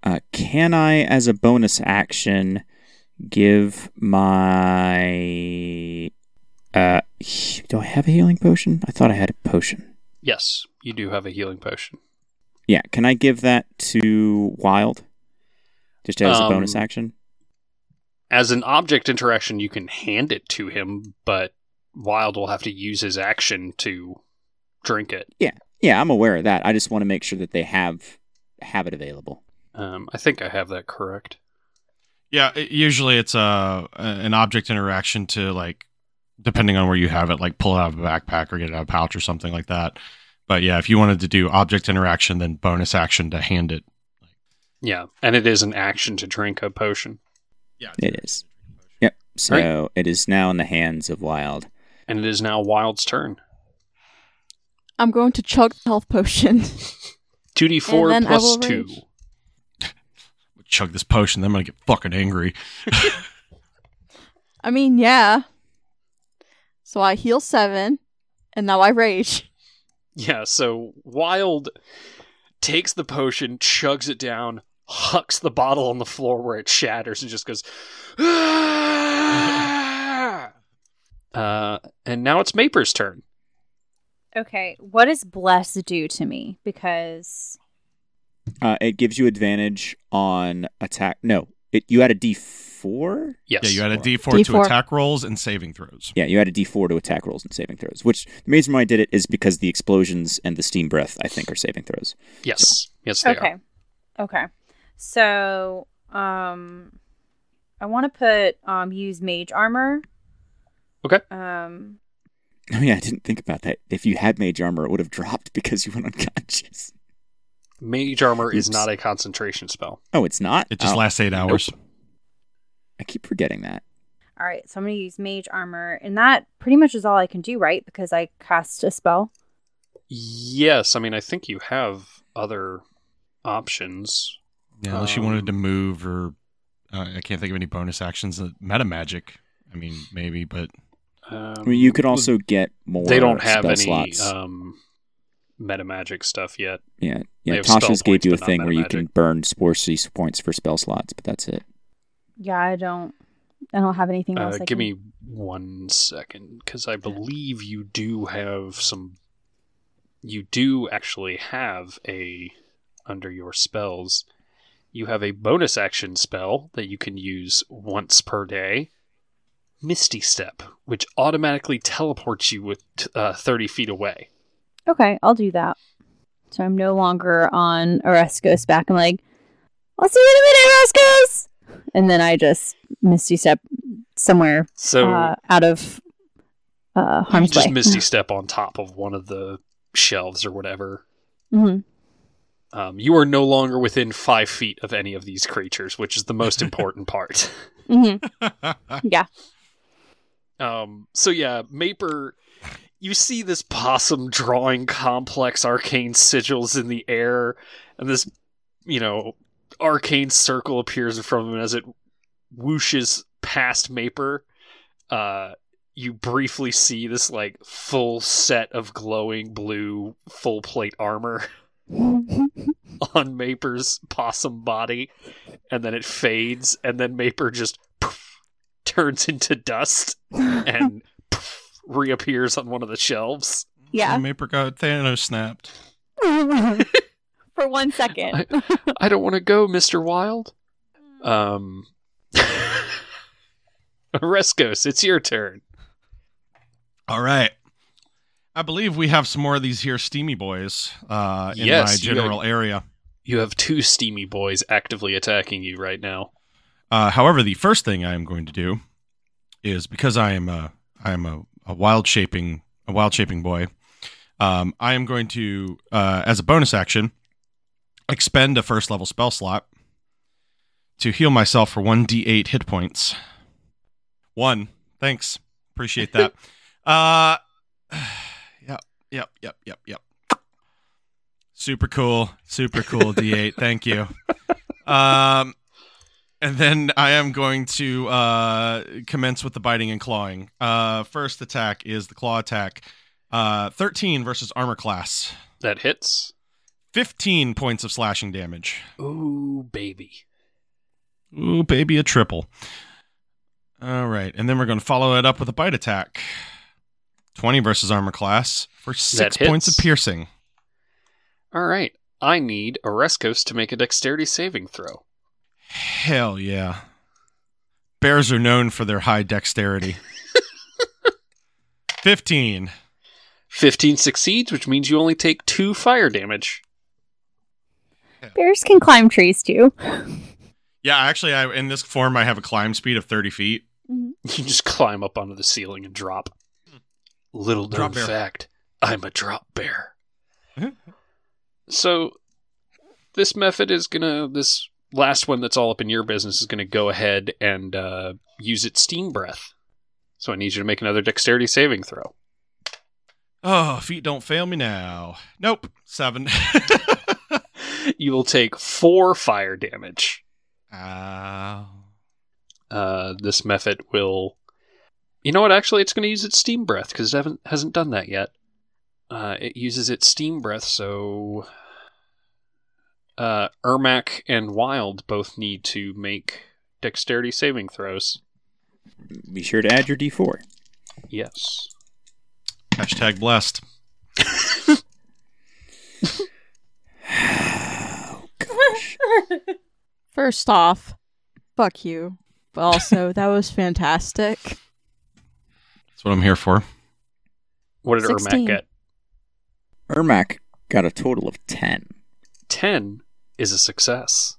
Speaker 5: uh, can I, as a bonus action, give my. Uh, he- do I have a healing potion? I thought I had a potion.
Speaker 2: Yes, you do have a healing potion.
Speaker 5: Yeah, can I give that to Wild? Just as a bonus
Speaker 2: Um,
Speaker 5: action?
Speaker 2: As an object interaction, you can hand it to him, but Wild will have to use his action to drink it.
Speaker 5: Yeah, I'm aware of that. I just want to make sure that they have have it available.
Speaker 2: Um, I think I have that correct.
Speaker 3: Yeah, it, usually it's uh, a an object interaction to like depending on where you have it, like pull it out of a backpack or get it out of a pouch or something like that. But yeah, if you wanted to do object interaction, then bonus action to hand it.
Speaker 2: Yeah, and it is an action to drink a potion,
Speaker 3: Yeah,
Speaker 5: It is. Yep. So it is now in the hands of Wild.
Speaker 2: and it is now Wild's turn.
Speaker 7: I'm going to chug the health potion.
Speaker 2: Two D four
Speaker 7: And then I
Speaker 2: plus
Speaker 7: will
Speaker 2: two.
Speaker 7: rage.
Speaker 3: Chug this potion, then I'm gonna get fucking angry.
Speaker 7: I mean, yeah. So I heal seven, and now I rage.
Speaker 2: Yeah, so Wild takes the potion, chugs it down, hucks the bottle on the floor where it shatters, and just goes. "Ah!" uh, and now it's Maper's turn.
Speaker 6: Okay, what does bless do to me? Because
Speaker 5: Uh, it gives you advantage on attack. No, it you had a D4.
Speaker 2: Yes.
Speaker 3: Yeah, you had a D4, to
Speaker 7: D4.
Speaker 3: attack rolls and saving throws.
Speaker 5: Yeah, you had a D4 to attack rolls and saving throws. Which the reason why I did it is because the explosions and the steam breath I think are saving throws.
Speaker 2: Yes. Yes, they
Speaker 6: okay,
Speaker 2: are.
Speaker 6: okay. So, um, I want to put um use mage armor.
Speaker 2: Okay.
Speaker 6: Um,
Speaker 5: Oh yeah, I didn't think about that. If you had mage armor, it would have dropped because you went unconscious.
Speaker 2: Mage armor is
Speaker 5: Oops.
Speaker 2: not a concentration spell.
Speaker 5: Oh, it's not.
Speaker 3: It just
Speaker 5: Oh,
Speaker 3: lasts eight hours.
Speaker 5: I keep forgetting that.
Speaker 6: all right. So I'm gonna use mage armor, and that pretty much is all I can do, right? Because I cast a spell.
Speaker 2: Yes, I mean I think you have other options.
Speaker 3: Yeah, unless you
Speaker 2: Um,
Speaker 3: wanted to move or uh, I can't think of any bonus actions. Uh, Meta magic, I mean, maybe, but
Speaker 2: Um,
Speaker 5: I mean, you could also get more.
Speaker 2: they don't have
Speaker 5: spell
Speaker 2: any
Speaker 5: slots.
Speaker 2: um meta magic stuff yet.
Speaker 5: yeah,
Speaker 2: they
Speaker 5: yeah.
Speaker 2: have spell
Speaker 5: Tasha's gave
Speaker 2: points,
Speaker 5: you a
Speaker 2: but not
Speaker 5: thing where you
Speaker 2: metamagic.
Speaker 5: can burn sorcery points for spell slots, but that's it.
Speaker 6: Yeah, I don't. I don't have anything else.
Speaker 2: Uh,
Speaker 6: I
Speaker 2: give
Speaker 6: can-
Speaker 2: me one second, because I believe you do have some. You do actually have a under your spells. You have a bonus action spell that you can use once per day, Misty Step, which automatically teleports you with uh, thirty feet away.
Speaker 6: Okay, I'll do that. So I'm no longer on Oresco's back. I'm like, I'll see you in a minute, Oresco's! And then I just misty step somewhere
Speaker 2: So
Speaker 6: uh, out of uh,
Speaker 2: you
Speaker 6: harm's
Speaker 2: just
Speaker 6: way.
Speaker 2: Misty Step on top of one of the shelves or whatever.
Speaker 6: Mhm.
Speaker 2: Um, you are no longer within five feet of any of these creatures, which is the most important part.
Speaker 6: Mhm.
Speaker 2: Um, so yeah, Maper, you see this possum drawing complex arcane sigils in the air, and this, you know, arcane circle appears in front of him as it whooshes past Maper. Uh, you briefly see this like full set of glowing blue full plate armor on Maper's possum body, and then it fades, and then Maper just poof, turns into dust and poof, reappears on one of the shelves.
Speaker 6: Yeah.
Speaker 3: Maper got Thanos snapped.
Speaker 6: Mm-hmm. For one second.
Speaker 2: I don't want to go, Mister Wild. Um, Rescos, it's your turn.
Speaker 3: All right. I believe we have some more of these here steamy boys uh, in
Speaker 2: Yes,
Speaker 3: my
Speaker 2: you
Speaker 3: general area.
Speaker 2: You have two steamy boys actively attacking you right now.
Speaker 3: Uh, however, the first thing I am going to do is because I am a I am a, a wild shaping a wild shaping boy. Um, I am going to, uh, as a bonus action, expend a first level spell slot to heal myself for one d8 hit points. One, thanks, appreciate that. uh, yep, yep, yep, yep, yep. Super cool, super cool d8. Thank you. Um, and then I am going to uh, commence with the biting and clawing. Uh, first attack is the claw attack. Uh, 13 versus armor class.
Speaker 2: That hits.
Speaker 3: 15 points of slashing damage.
Speaker 2: Ooh, baby.
Speaker 3: Ooh, baby, a triple. All right. And then we're going to follow it up with a bite attack. 20 versus armor class for six
Speaker 2: hits.
Speaker 3: points of piercing.
Speaker 2: All right. I need Orescos to make a dexterity saving throw.
Speaker 3: Hell yeah. Bears are known for their high dexterity. 15.
Speaker 2: 15 succeeds, which means you only take two fire damage.
Speaker 6: Bears can climb trees too.
Speaker 3: Yeah, actually, I, in this form, I have a climb speed of 30 feet.
Speaker 2: You just climb up onto the ceiling and drop. Little known
Speaker 3: Drop bear.
Speaker 2: fact, I'm a drop bear. so this method is gonna this last one that's all up in your business is gonna go ahead and uh, use its steam breath. So I need you to make another dexterity saving throw.
Speaker 3: Oh, feet don't fail me now. Nope, seven.
Speaker 2: You will take four fire damage.
Speaker 3: Ow.
Speaker 2: uh, this method will. You know what? Actually, it's going to use its steam breath because it haven't, hasn't done that yet. Uh, it uses its steam breath, so uh, Ermac and Wild both need to make dexterity saving throws.
Speaker 5: Be sure to add your D4.
Speaker 2: Yes.
Speaker 3: Hashtag blessed.
Speaker 7: First off, fuck you. But also, that was fantastic.
Speaker 3: That's what I'm here for.
Speaker 2: What did Ermac
Speaker 8: 16.
Speaker 2: get?
Speaker 5: Ermac got a total of 10.
Speaker 2: Ten is a success.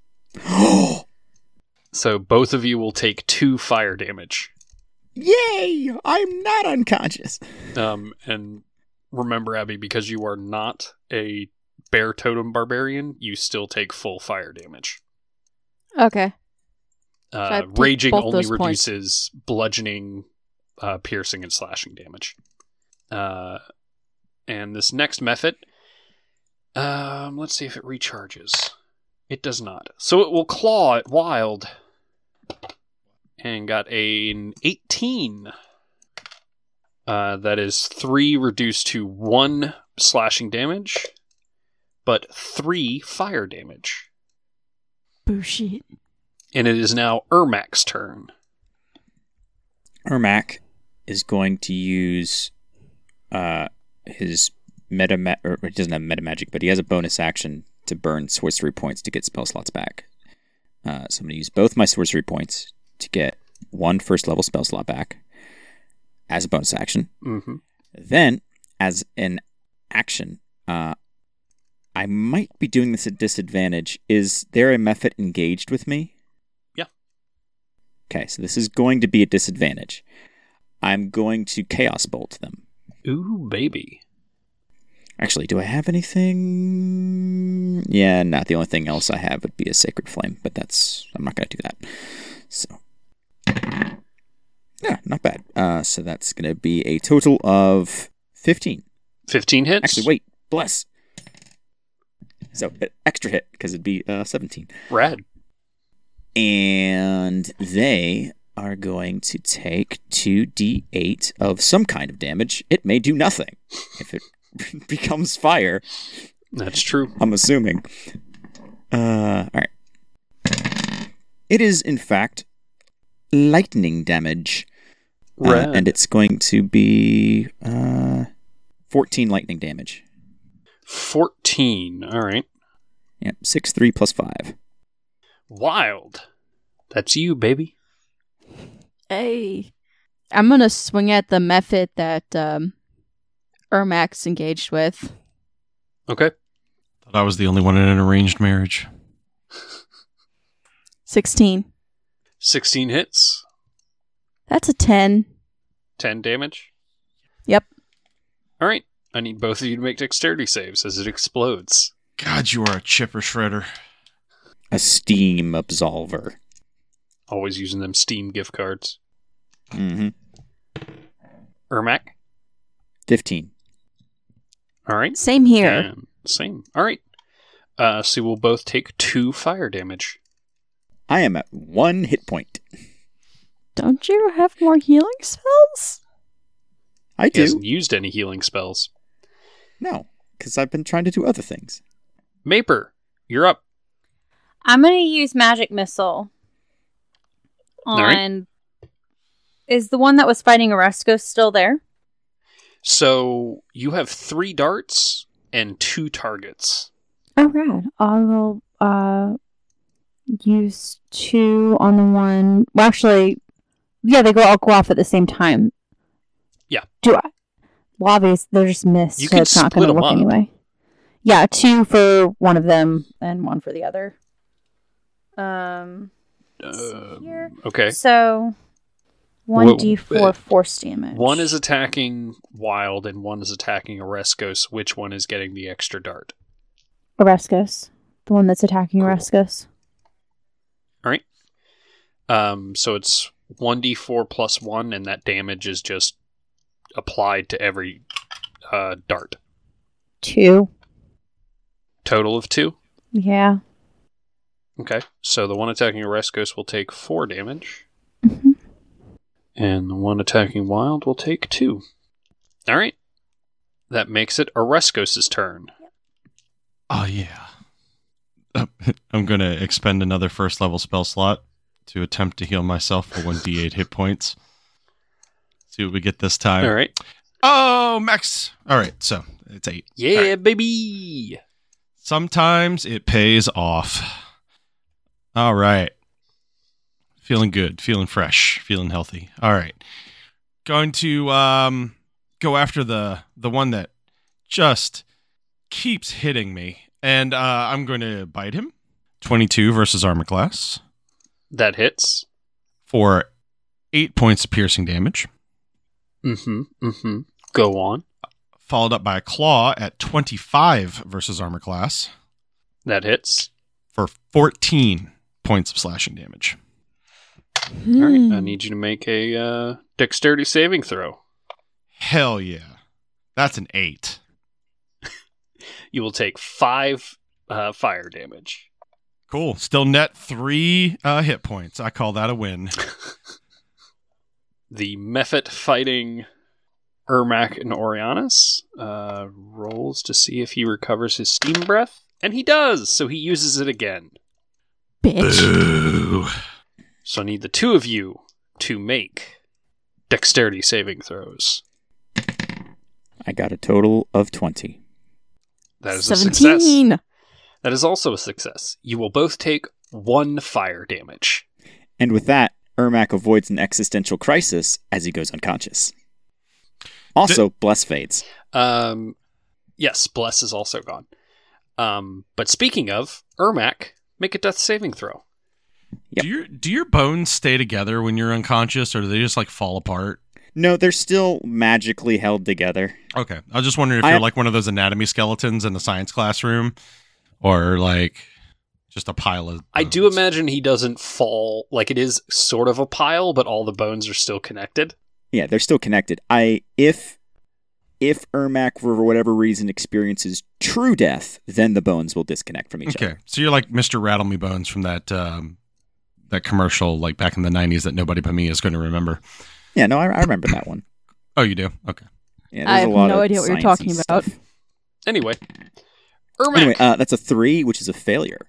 Speaker 2: So both of you will take two fire damage.
Speaker 5: Yay! I'm not unconscious.
Speaker 2: Um, and remember, Abby, because you are not a bear totem barbarian, you still take full fire damage.
Speaker 7: Okay. I
Speaker 2: Uh,
Speaker 7: take
Speaker 2: raging
Speaker 7: both
Speaker 2: only
Speaker 7: those points?
Speaker 2: reduces bludgeoning, uh, piercing, and slashing damage. Uh, and this next method, um, let's see if it recharges. It does not. So it will claw at wild. And got an 18. Uh, that is three reduced to one slashing damage, but three fire damage.
Speaker 7: Bullshit.
Speaker 2: And it is now Ermac's turn.
Speaker 5: Ermac is going to use uh, his meta ma- or he doesn't have meta magic, but he has a bonus action to burn sorcery points to get spell slots back. Uh, so I'm going to use both my sorcery points to get one first level spell slot back as a bonus action.
Speaker 2: Mm-hmm.
Speaker 5: Then, as an action, uh, I might be doing this at disadvantage. Is there a method engaged with me?
Speaker 2: Yeah.
Speaker 5: Okay, so this is going to be a disadvantage. I'm going to chaos bolt them.
Speaker 2: Ooh, baby.
Speaker 5: Actually, do I have anything? Yeah, not the only thing else I have would be a sacred flame, but that's I'm not going to do that. So, yeah, not bad. Uh, so that's going to be a total of fifteen.
Speaker 2: 15 hits.
Speaker 5: Actually, wait. Bless. So, uh, extra hit because it'd be uh, 17.
Speaker 2: Rad.
Speaker 5: And they are going to take 2d8 of some kind of damage. It may do nothing if it becomes fire,
Speaker 2: That's true.
Speaker 5: I'm assuming. Uh, all right. It is, in fact, lightning damage. Uh,
Speaker 2: Rad.
Speaker 5: and it's going to be uh, 14 lightning damage.
Speaker 2: 14. All right.
Speaker 5: Yep, 6, 3 plus 5.
Speaker 2: Wild. That's you, baby.
Speaker 7: Hey. I'm going to swing at the method that um, Ermac's engaged with.
Speaker 2: Okay.
Speaker 3: Thought I was the only one in an arranged marriage.
Speaker 7: 16.
Speaker 2: 16 hits,
Speaker 7: That's a 10.
Speaker 2: 10 damage.
Speaker 7: Yep.
Speaker 2: All right. I need both of you to make dexterity saves as it explodes.
Speaker 3: God, you are a chipper shredder.
Speaker 5: a steam absolver.
Speaker 2: Always using them Steam gift cards.
Speaker 5: Mm-hmm.
Speaker 2: Ermac.
Speaker 5: 15.
Speaker 2: All right.
Speaker 7: Same here.
Speaker 2: And same. All right. Uh, so we'll both take two fire damage.
Speaker 5: I am at one hit point.
Speaker 7: Don't you have more healing spells?
Speaker 5: I
Speaker 2: He
Speaker 5: do.
Speaker 2: hasn't used any healing spells.
Speaker 5: No, because I've been trying to do other things.
Speaker 2: Maper, you're up.
Speaker 6: I'm gonna use magic missile on.
Speaker 2: All right.
Speaker 6: Is the one that was fighting Oresco still there?
Speaker 2: So you have three darts and two targets.
Speaker 8: Oh, rad. I will uh, use two on the one. Well, actually,
Speaker 6: Yeah, they go all go off at the same time.
Speaker 2: Yeah.
Speaker 6: Do I? Well, obviously they're just missed,
Speaker 2: You
Speaker 6: so
Speaker 2: can
Speaker 6: it's not
Speaker 2: split
Speaker 6: going to
Speaker 2: 'em up.
Speaker 6: work anyway. Yeah, two for one of them and one for the other. Um,
Speaker 2: Um,
Speaker 6: Here.
Speaker 2: okay.
Speaker 6: so
Speaker 2: Wha-
Speaker 6: one d four
Speaker 2: uh,
Speaker 6: force damage.
Speaker 2: One is attacking Wild and one is attacking Oreskos. Which one is getting the extra dart?
Speaker 8: Oreskos, the one that's attacking
Speaker 2: Cool.
Speaker 8: Oreskos.
Speaker 2: Um, so it's 1d4 plus 1, and that damage is just applied to every uh, dart.
Speaker 6: two.
Speaker 2: Total of 2.
Speaker 8: Yeah.
Speaker 2: Okay. So the one attacking Oreskos will take 4 damage,
Speaker 8: Mhm.
Speaker 2: and the one attacking Wild will take 2. All right. That makes it Oreskos' turn.
Speaker 3: Oh yeah. I'm gonna expend another first level spell slot to attempt to heal myself for one d8 hit points. See what we get this time.
Speaker 2: All right.
Speaker 3: Oh, max. All right, so it's eight.
Speaker 2: Yeah,
Speaker 3: All
Speaker 2: baby.
Speaker 3: Sometimes it pays off. All right. Feeling good, feeling fresh, feeling healthy. All right. Going to um go after the the one that just keeps hitting me and uh I'm going to bite him. 22 versus armor class
Speaker 2: That hits.
Speaker 3: for 8 points of piercing damage,
Speaker 2: Mm hmm. Mm hmm. Go on.
Speaker 3: followed up by a claw at 25 versus armor class
Speaker 2: That hits.
Speaker 3: for 14 points of slashing damage.
Speaker 2: All right. I
Speaker 7: Hmm.
Speaker 2: need you to make a uh, dexterity saving throw.
Speaker 3: Hell yeah. That's an eight.
Speaker 2: You will take five uh, fire damage.
Speaker 3: Cool. Still net three uh, hit points. I call that a win.
Speaker 2: The Mephit fighting Ermac and Orianus uh, rolls to see if he recovers his steam breath, and he does. So he uses it again.
Speaker 7: Bitch.
Speaker 3: Boo.
Speaker 2: So I need the two of you to make dexterity saving throws.
Speaker 5: I got a total of 20.
Speaker 2: That is a success.
Speaker 7: 17.
Speaker 2: That is also a success. You will both take one fire damage.
Speaker 5: And with that, Ermac avoids an existential crisis as he goes unconscious. Also, bless fades.
Speaker 2: Um, yes, Bless is also gone. Um, but speaking of, Ermac, make a death saving throw.
Speaker 5: Yep.
Speaker 3: Do your do your bones stay together when you're unconscious, or do they just like fall apart?
Speaker 5: No, they're still magically held together.
Speaker 3: Okay, I was just wondering if
Speaker 5: I-
Speaker 3: you're like one of those anatomy skeletons in the science classroom, or like just a pile of.
Speaker 2: I
Speaker 5: Mm.
Speaker 2: do
Speaker 3: bones.
Speaker 2: imagine he doesn't fall. Like it is sort of a pile, but all the bones are still connected.
Speaker 5: Yeah, they're still connected. I if if Ermac for whatever reason experiences true death, then the bones will disconnect from each
Speaker 3: Okay,
Speaker 5: other.
Speaker 3: so you're like Mr. Rattle Me Bones from that um, that commercial like back in the '90s that nobody but me is going to remember.
Speaker 5: Yeah, no, I, I remember that one.
Speaker 3: Oh, you do? Okay.
Speaker 7: I
Speaker 5: Yeah, there's a
Speaker 7: have
Speaker 5: lot
Speaker 7: no
Speaker 5: of
Speaker 7: idea what you're
Speaker 5: sciencey
Speaker 7: talking about.
Speaker 5: stuff.
Speaker 2: Anyway, Ermac,
Speaker 5: Anyway, uh, that's a three, which is a failure.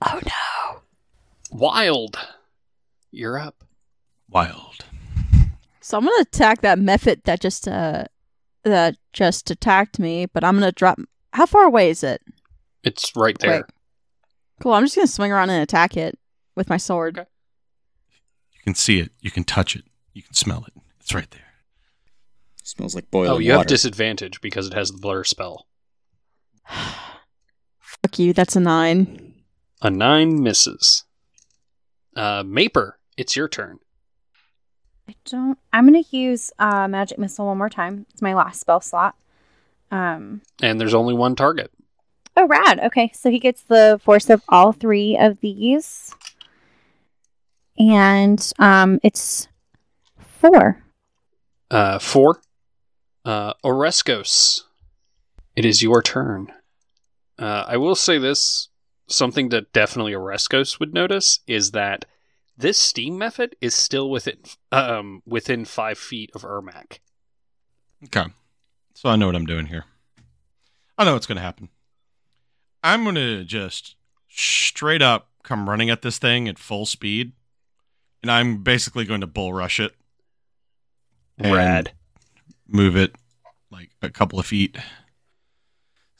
Speaker 7: Oh no.
Speaker 2: wild, you're up.
Speaker 3: Wild.
Speaker 7: So I'm gonna attack that mephit that just uh that just attacked me, but I'm gonna drop. How far away is it?
Speaker 2: It's right there.
Speaker 7: Cool. I'm just gonna swing around and attack it with my sword.
Speaker 2: Okay.
Speaker 3: You can see it. You can touch it. You can smell it. It's right there.
Speaker 5: Smells like boiling
Speaker 2: oh, you
Speaker 5: water.
Speaker 2: have disadvantage because it has the blur spell.
Speaker 7: Fuck you. That's a nine.
Speaker 2: A nine misses. Uh, Maper, it's your turn.
Speaker 6: I don't. I'm gonna use uh, magic missile one more time. It's my last spell slot. Um.
Speaker 2: And there's only one target.
Speaker 6: Oh, rad. Okay, so he gets the force of all three of these, and um, it's four.
Speaker 2: Uh, four. Uh, Oreskos, it is your turn. Uh, I will say this something that definitely Oreskos would notice is that this steam method is still within um, within five feet of Ermac.
Speaker 3: Okay. So I know what I'm doing here. I know what's going to happen. I'm going to just straight up come running at this thing at full speed. And I'm basically going to bull rush it. and
Speaker 2: Rad.
Speaker 3: Move it like a couple of feet.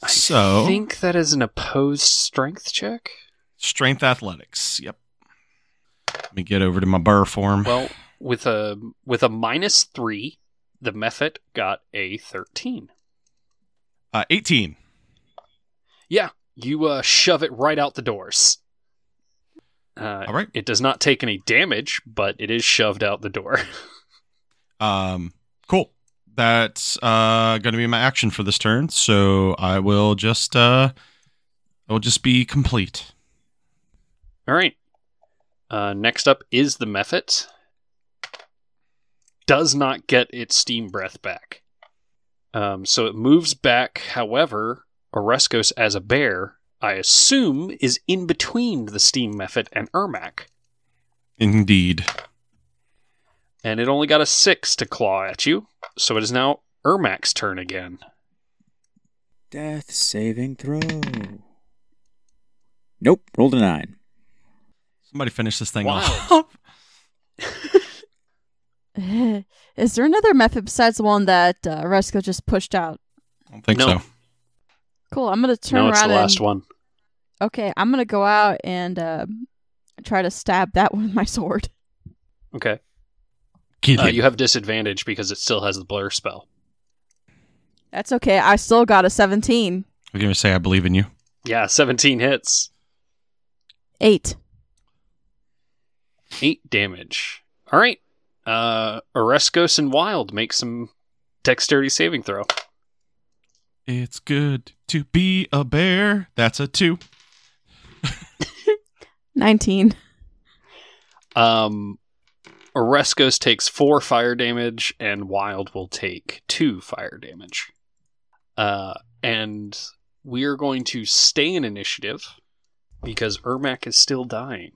Speaker 2: I
Speaker 3: So,
Speaker 2: think that is an opposed strength check.
Speaker 3: strength athletics. Yep. Let me get over to my burr form.
Speaker 2: Well, with a with a minus three, The Mephit got a 13.
Speaker 3: Uh, 18.
Speaker 2: You uh, shove it right out the doors. Uh,
Speaker 3: All right.
Speaker 2: It does not take any damage, but it is shoved out the door.
Speaker 3: Um, cool. That's uh, going to be my action for this turn. So I will just uh, I will just be complete.
Speaker 2: All right. Uh, next up is the Mephit. Does not get its steam breath back. Um, so it moves back. However, Oreskos as a bear, I assume, is in between the steam Mephit and Ermac.
Speaker 3: Indeed.
Speaker 2: And it only got a six to claw at you. So it is now Ermac's turn again.
Speaker 5: Death saving throw. Nope, rolled a nine.
Speaker 3: Somebody finish this thing
Speaker 2: Wow.
Speaker 3: off.
Speaker 7: Is there another method besides the one that uh, Resco just pushed out?
Speaker 3: I don't think
Speaker 2: No.
Speaker 3: so.
Speaker 7: Cool. I'm gonna turn
Speaker 2: no,
Speaker 7: around.
Speaker 2: it's the last
Speaker 7: and,
Speaker 2: one.
Speaker 7: Okay, I'm gonna go out and uh, try to stab that one with my sword.
Speaker 2: Okay.
Speaker 3: Kill
Speaker 2: Uh,
Speaker 3: it.
Speaker 2: you have disadvantage because it still has the blur spell.
Speaker 7: That's okay. I still got a 17.
Speaker 3: I'm going to say I believe in you.
Speaker 2: Yeah, 17 hits.
Speaker 7: Eight.
Speaker 2: eight damage. All right. Uh, Oreskos and Wild make some dexterity saving throw.
Speaker 3: It's good to be a bear. That's a two.
Speaker 7: 19.
Speaker 2: Um, Oreskos takes four fire damage, and Wild will take two fire damage. Uh, and we are going to stay in initiative because Ermac is still dying.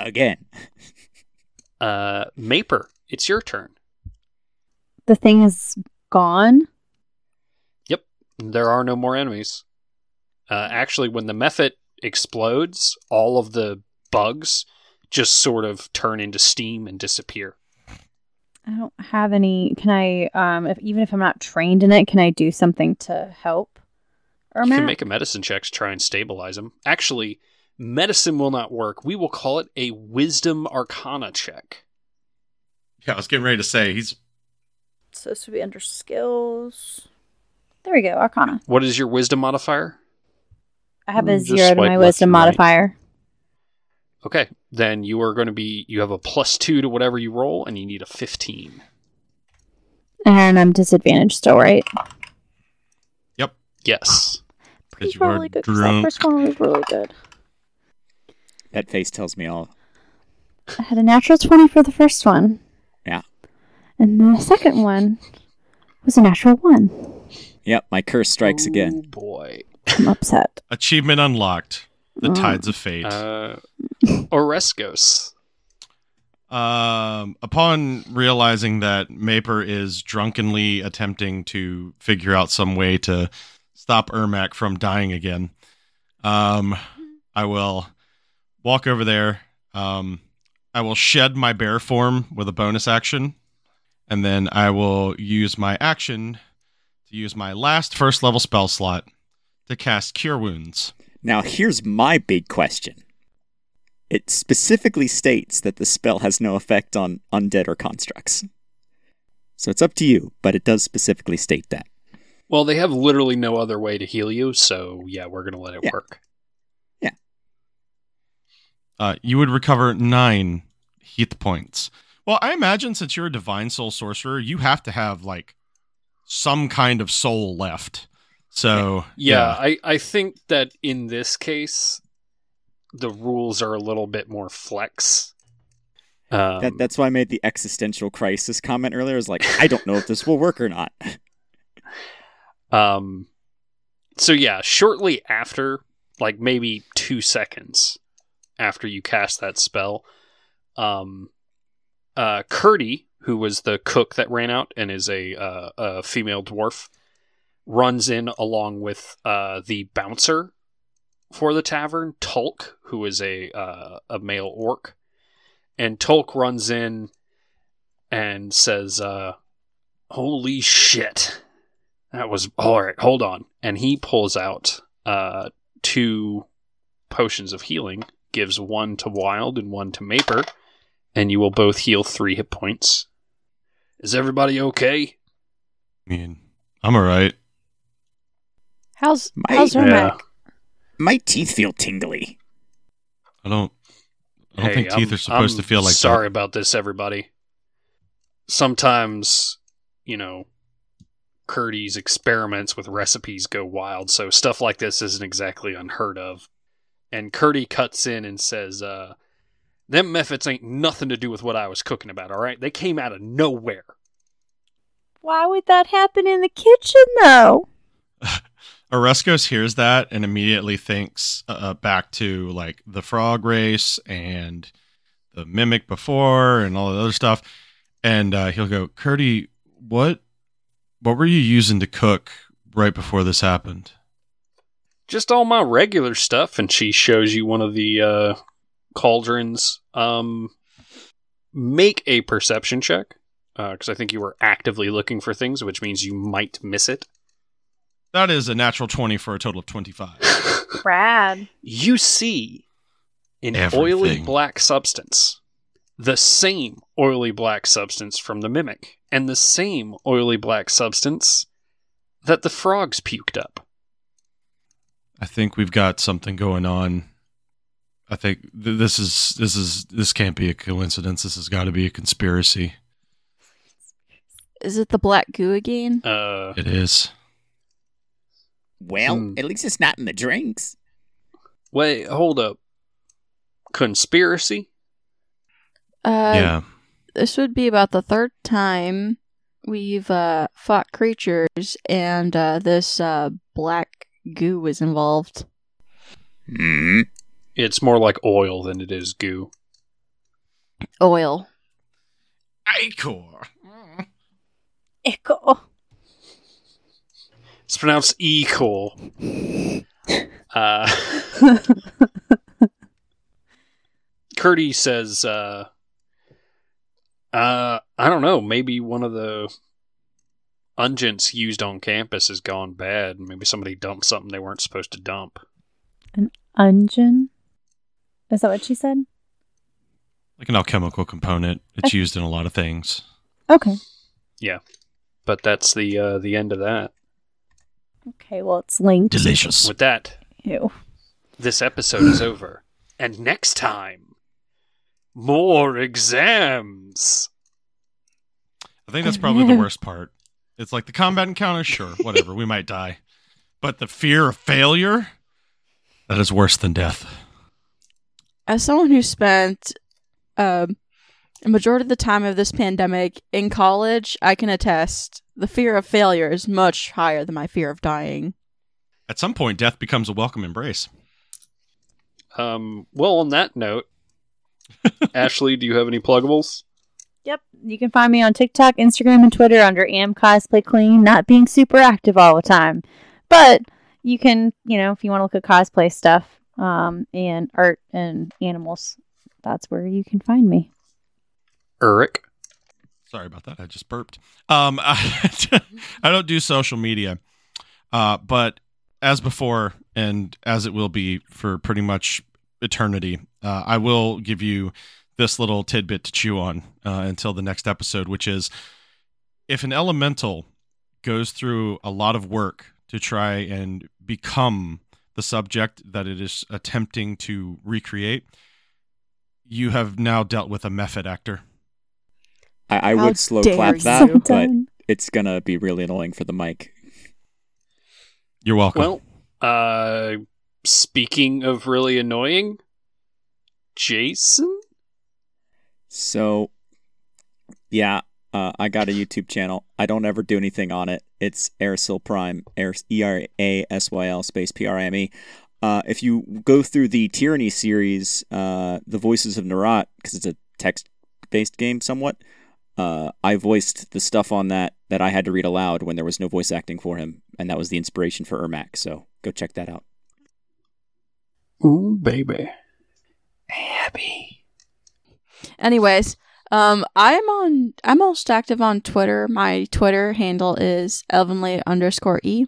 Speaker 5: Again.
Speaker 2: Uh, Maper, it's your turn.
Speaker 8: The thing is gone.
Speaker 2: There are no more enemies. Uh, actually, when the mephit explodes, all of the bugs just sort of turn into steam and disappear.
Speaker 8: I don't have any. Can I? Um, if, even if I'm not trained in it, can I do something to help? Or
Speaker 2: You can make a medicine check to try and stabilize them. Actually, medicine will not work. We will call it a wisdom arcana check.
Speaker 3: Yeah, I was getting ready to say he's
Speaker 6: So this would be under skills.
Speaker 8: There we go. Arcana.
Speaker 2: What is your wisdom modifier?
Speaker 8: I have a
Speaker 2: Mm, Just
Speaker 8: zero to
Speaker 2: swipe
Speaker 8: my
Speaker 2: left
Speaker 8: wisdom
Speaker 2: and right.
Speaker 8: modifier.
Speaker 2: Okay, then you are going to be, you have a plus two to whatever you roll, and you need a 15.
Speaker 8: And I'm disadvantaged still, right?
Speaker 2: Yes.
Speaker 3: because you are drunk.
Speaker 6: one was really good.
Speaker 5: That face tells me all.
Speaker 8: I had a natural 20 for the first one.
Speaker 5: Yeah.
Speaker 8: And the second one was a natural one.
Speaker 5: Yep, my curse strikes again.
Speaker 2: Oh, boy.
Speaker 8: I'm upset.
Speaker 3: Achievement unlocked. The
Speaker 8: Mm.
Speaker 3: tides of fate.
Speaker 2: Uh, Oreskos.
Speaker 3: Um, upon realizing that Maper is drunkenly attempting to figure out some way to stop Ermac from dying again, um, I will walk over there. Um, I will shed my bear form with a bonus action, and then I will use my action to use my last first level spell slot to cast Cure Wounds.
Speaker 5: Now, here's my big question. It specifically states that the spell has no effect on undead or constructs. So it's up to you, but it does specifically state that.
Speaker 2: Well, they have literally no other way to heal you, so yeah, we're gonna let it
Speaker 5: Yeah.
Speaker 2: work.
Speaker 3: Uh, you would recover nine hit points. Well, I imagine since you're a divine soul sorcerer, you have to have like some kind of soul left. So
Speaker 2: Yeah, I, I think that in this case, the rules are a little bit more flex. Um,
Speaker 5: that that's why I made the existential crisis comment earlier. I was like, I don't know if this will work or not.
Speaker 2: um, so yeah, shortly after, like maybe two seconds after you cast that spell, um, uh, Curdy, who was the cook that ran out and is a uh, a female dwarf, runs in along with uh, the bouncer for the tavern, Tulk, who is a uh, a male orc, and Tulk runs in and says, uh, "Holy shit, that was all right. Hold on," and he pulls out uh, two potions of healing, gives one to Wild and one to Maper, and you will both heal three hit points.
Speaker 1: Is everybody okay?
Speaker 3: I mean, I'm all right.
Speaker 4: How's
Speaker 5: My-
Speaker 4: how's Romac?
Speaker 2: Yeah.
Speaker 5: My teeth feel tingly.
Speaker 3: I don't. I don't
Speaker 2: Hey,
Speaker 3: think teeth
Speaker 2: I'm-
Speaker 3: are supposed
Speaker 2: I'm
Speaker 3: to feel like
Speaker 2: Sorry about this, everybody. Sometimes, you know, Curdy's experiments with recipes go wild, so stuff like this isn't exactly unheard of. And Curdy cuts in and says, uh, them methods ain't nothing to do with what I was cooking about, all right? They came out of nowhere.
Speaker 6: Why would that happen in the kitchen though?
Speaker 3: that. Orescos hears that and immediately thinks uh, back to like the frog race and the mimic before and all the other stuff, and uh, he'll go, "Curdy, what, what were you using to cook right before this happened?"
Speaker 2: just all my regular stuff and she shows you one of the uh cauldrons um make a perception check because i think you were actively looking for things which means you might miss it
Speaker 3: That is a natural twenty for a total of twenty-five.
Speaker 8: Rad.
Speaker 2: you see an oily
Speaker 3: Everything.
Speaker 2: black substance the same oily black substance from the mimic and the same oily black substance that the frogs puked up
Speaker 3: I think we've got something going on. I think th- this is this is this can't be a coincidence. This has got to be a conspiracy.
Speaker 7: Is it the black goo again?
Speaker 2: uh
Speaker 3: It is.
Speaker 5: Well,
Speaker 2: Hmm.
Speaker 5: at least it's not in the drinks.
Speaker 2: wait hold up conspiracy
Speaker 7: Uh,
Speaker 3: yeah.
Speaker 7: This would be about the third time we've uh, fought creatures, and uh, this uh, black goo was involved.
Speaker 5: Hmm.
Speaker 2: It's more like oil than it is goo.
Speaker 7: Oil.
Speaker 3: Icor.
Speaker 6: Ickle.
Speaker 2: It's pronounced e-cool. Uh, Curdy says, uh, uh, I don't know, maybe one of the ungents used on campus has gone bad. Maybe somebody dumped something they weren't supposed to dump.
Speaker 8: Unjin? Is that what she said?
Speaker 3: Like an alchemical component. It's used in a lot of things.
Speaker 8: Okay.
Speaker 2: But that's the uh, the end of that.
Speaker 8: Okay, well, it's linked.
Speaker 3: Delicious.
Speaker 2: With that,
Speaker 8: Ew.
Speaker 2: this episode is over. And next time, more exams.
Speaker 3: I think that's probably the worst part. It's like the combat encounter, sure, whatever, we might die. But the fear of failure that is worse than death.
Speaker 7: As someone who spent um, a majority of the time of this pandemic in college, I can attest the fear of failure is much higher than my fear of dying.
Speaker 3: At some point death becomes a welcome embrace.
Speaker 2: Um, well, on that note, Ashley, do you have any pluggables?
Speaker 8: Yep. You can find me on TikTok, Instagram, and Twitter under Am Cosplay Queen, not being super active all the time. But you can, you know, if you want to look at cosplay stuff um, and art and animals, that's where you can find me.
Speaker 2: Eric.
Speaker 3: Sorry about that. I just burped. Um, I, I don't do social media, uh, but as before, and as it will be for pretty much eternity, uh, I will give you this little tidbit to chew on uh, until the next episode, which is if an elemental goes through a lot of work to try and become the subject that it is attempting to recreate, you have now dealt with a method actor.
Speaker 5: I, I
Speaker 7: How
Speaker 5: would slow
Speaker 7: dare
Speaker 5: clap
Speaker 7: you.
Speaker 5: that,
Speaker 8: So
Speaker 5: but
Speaker 8: done.
Speaker 5: it's gonna be really annoying for the mic.
Speaker 3: You're welcome.
Speaker 2: Well, uh, speaking of really annoying, Jason.
Speaker 5: So, yeah, uh, I got a YouTube channel. I don't ever do anything on it. It's Airsil Prime, Air- E R A S Y L space P R I M E. Uh, if you go through the Tyranny series, uh, The Voices of Narat, because it's a text based game somewhat, uh, I voiced the stuff on that that I had to read aloud when there was no voice acting for him. And that was the inspiration for Ermac. So go check that out.
Speaker 2: Ooh, baby. Abby.
Speaker 7: Anyways, um, I'm on. I'm most active on Twitter. My Twitter handle is elvenly underscore e.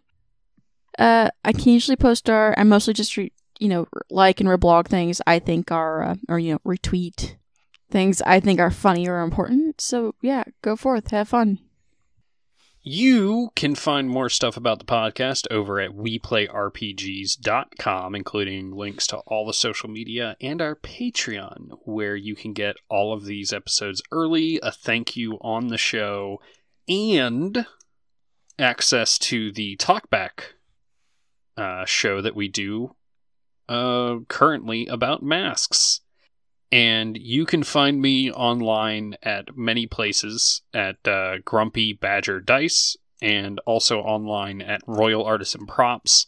Speaker 7: Uh, I can usually post our. I mostly just re, you know like and reblog things I think are uh, or you know retweet things I think are funny or important. So yeah, go forth, have fun.
Speaker 2: You can find more stuff about the podcast over at weplayrpgs.com, including links to all the social media and our Patreon, where you can get all of these episodes early, a thank you on the show, and access to the talkback uh, show that we do uh, currently about masks. And you can find me online at many places at uh, Grumpy Badger Dice and also online at Royal Artisan Props.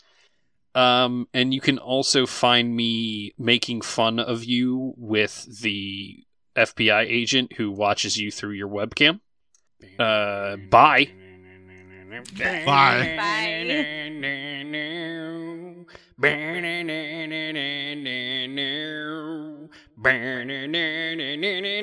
Speaker 2: Um, and you can also find me making fun of you with the FBI agent who watches you through your webcam. Uh, bye.
Speaker 3: Bye.
Speaker 1: Bye.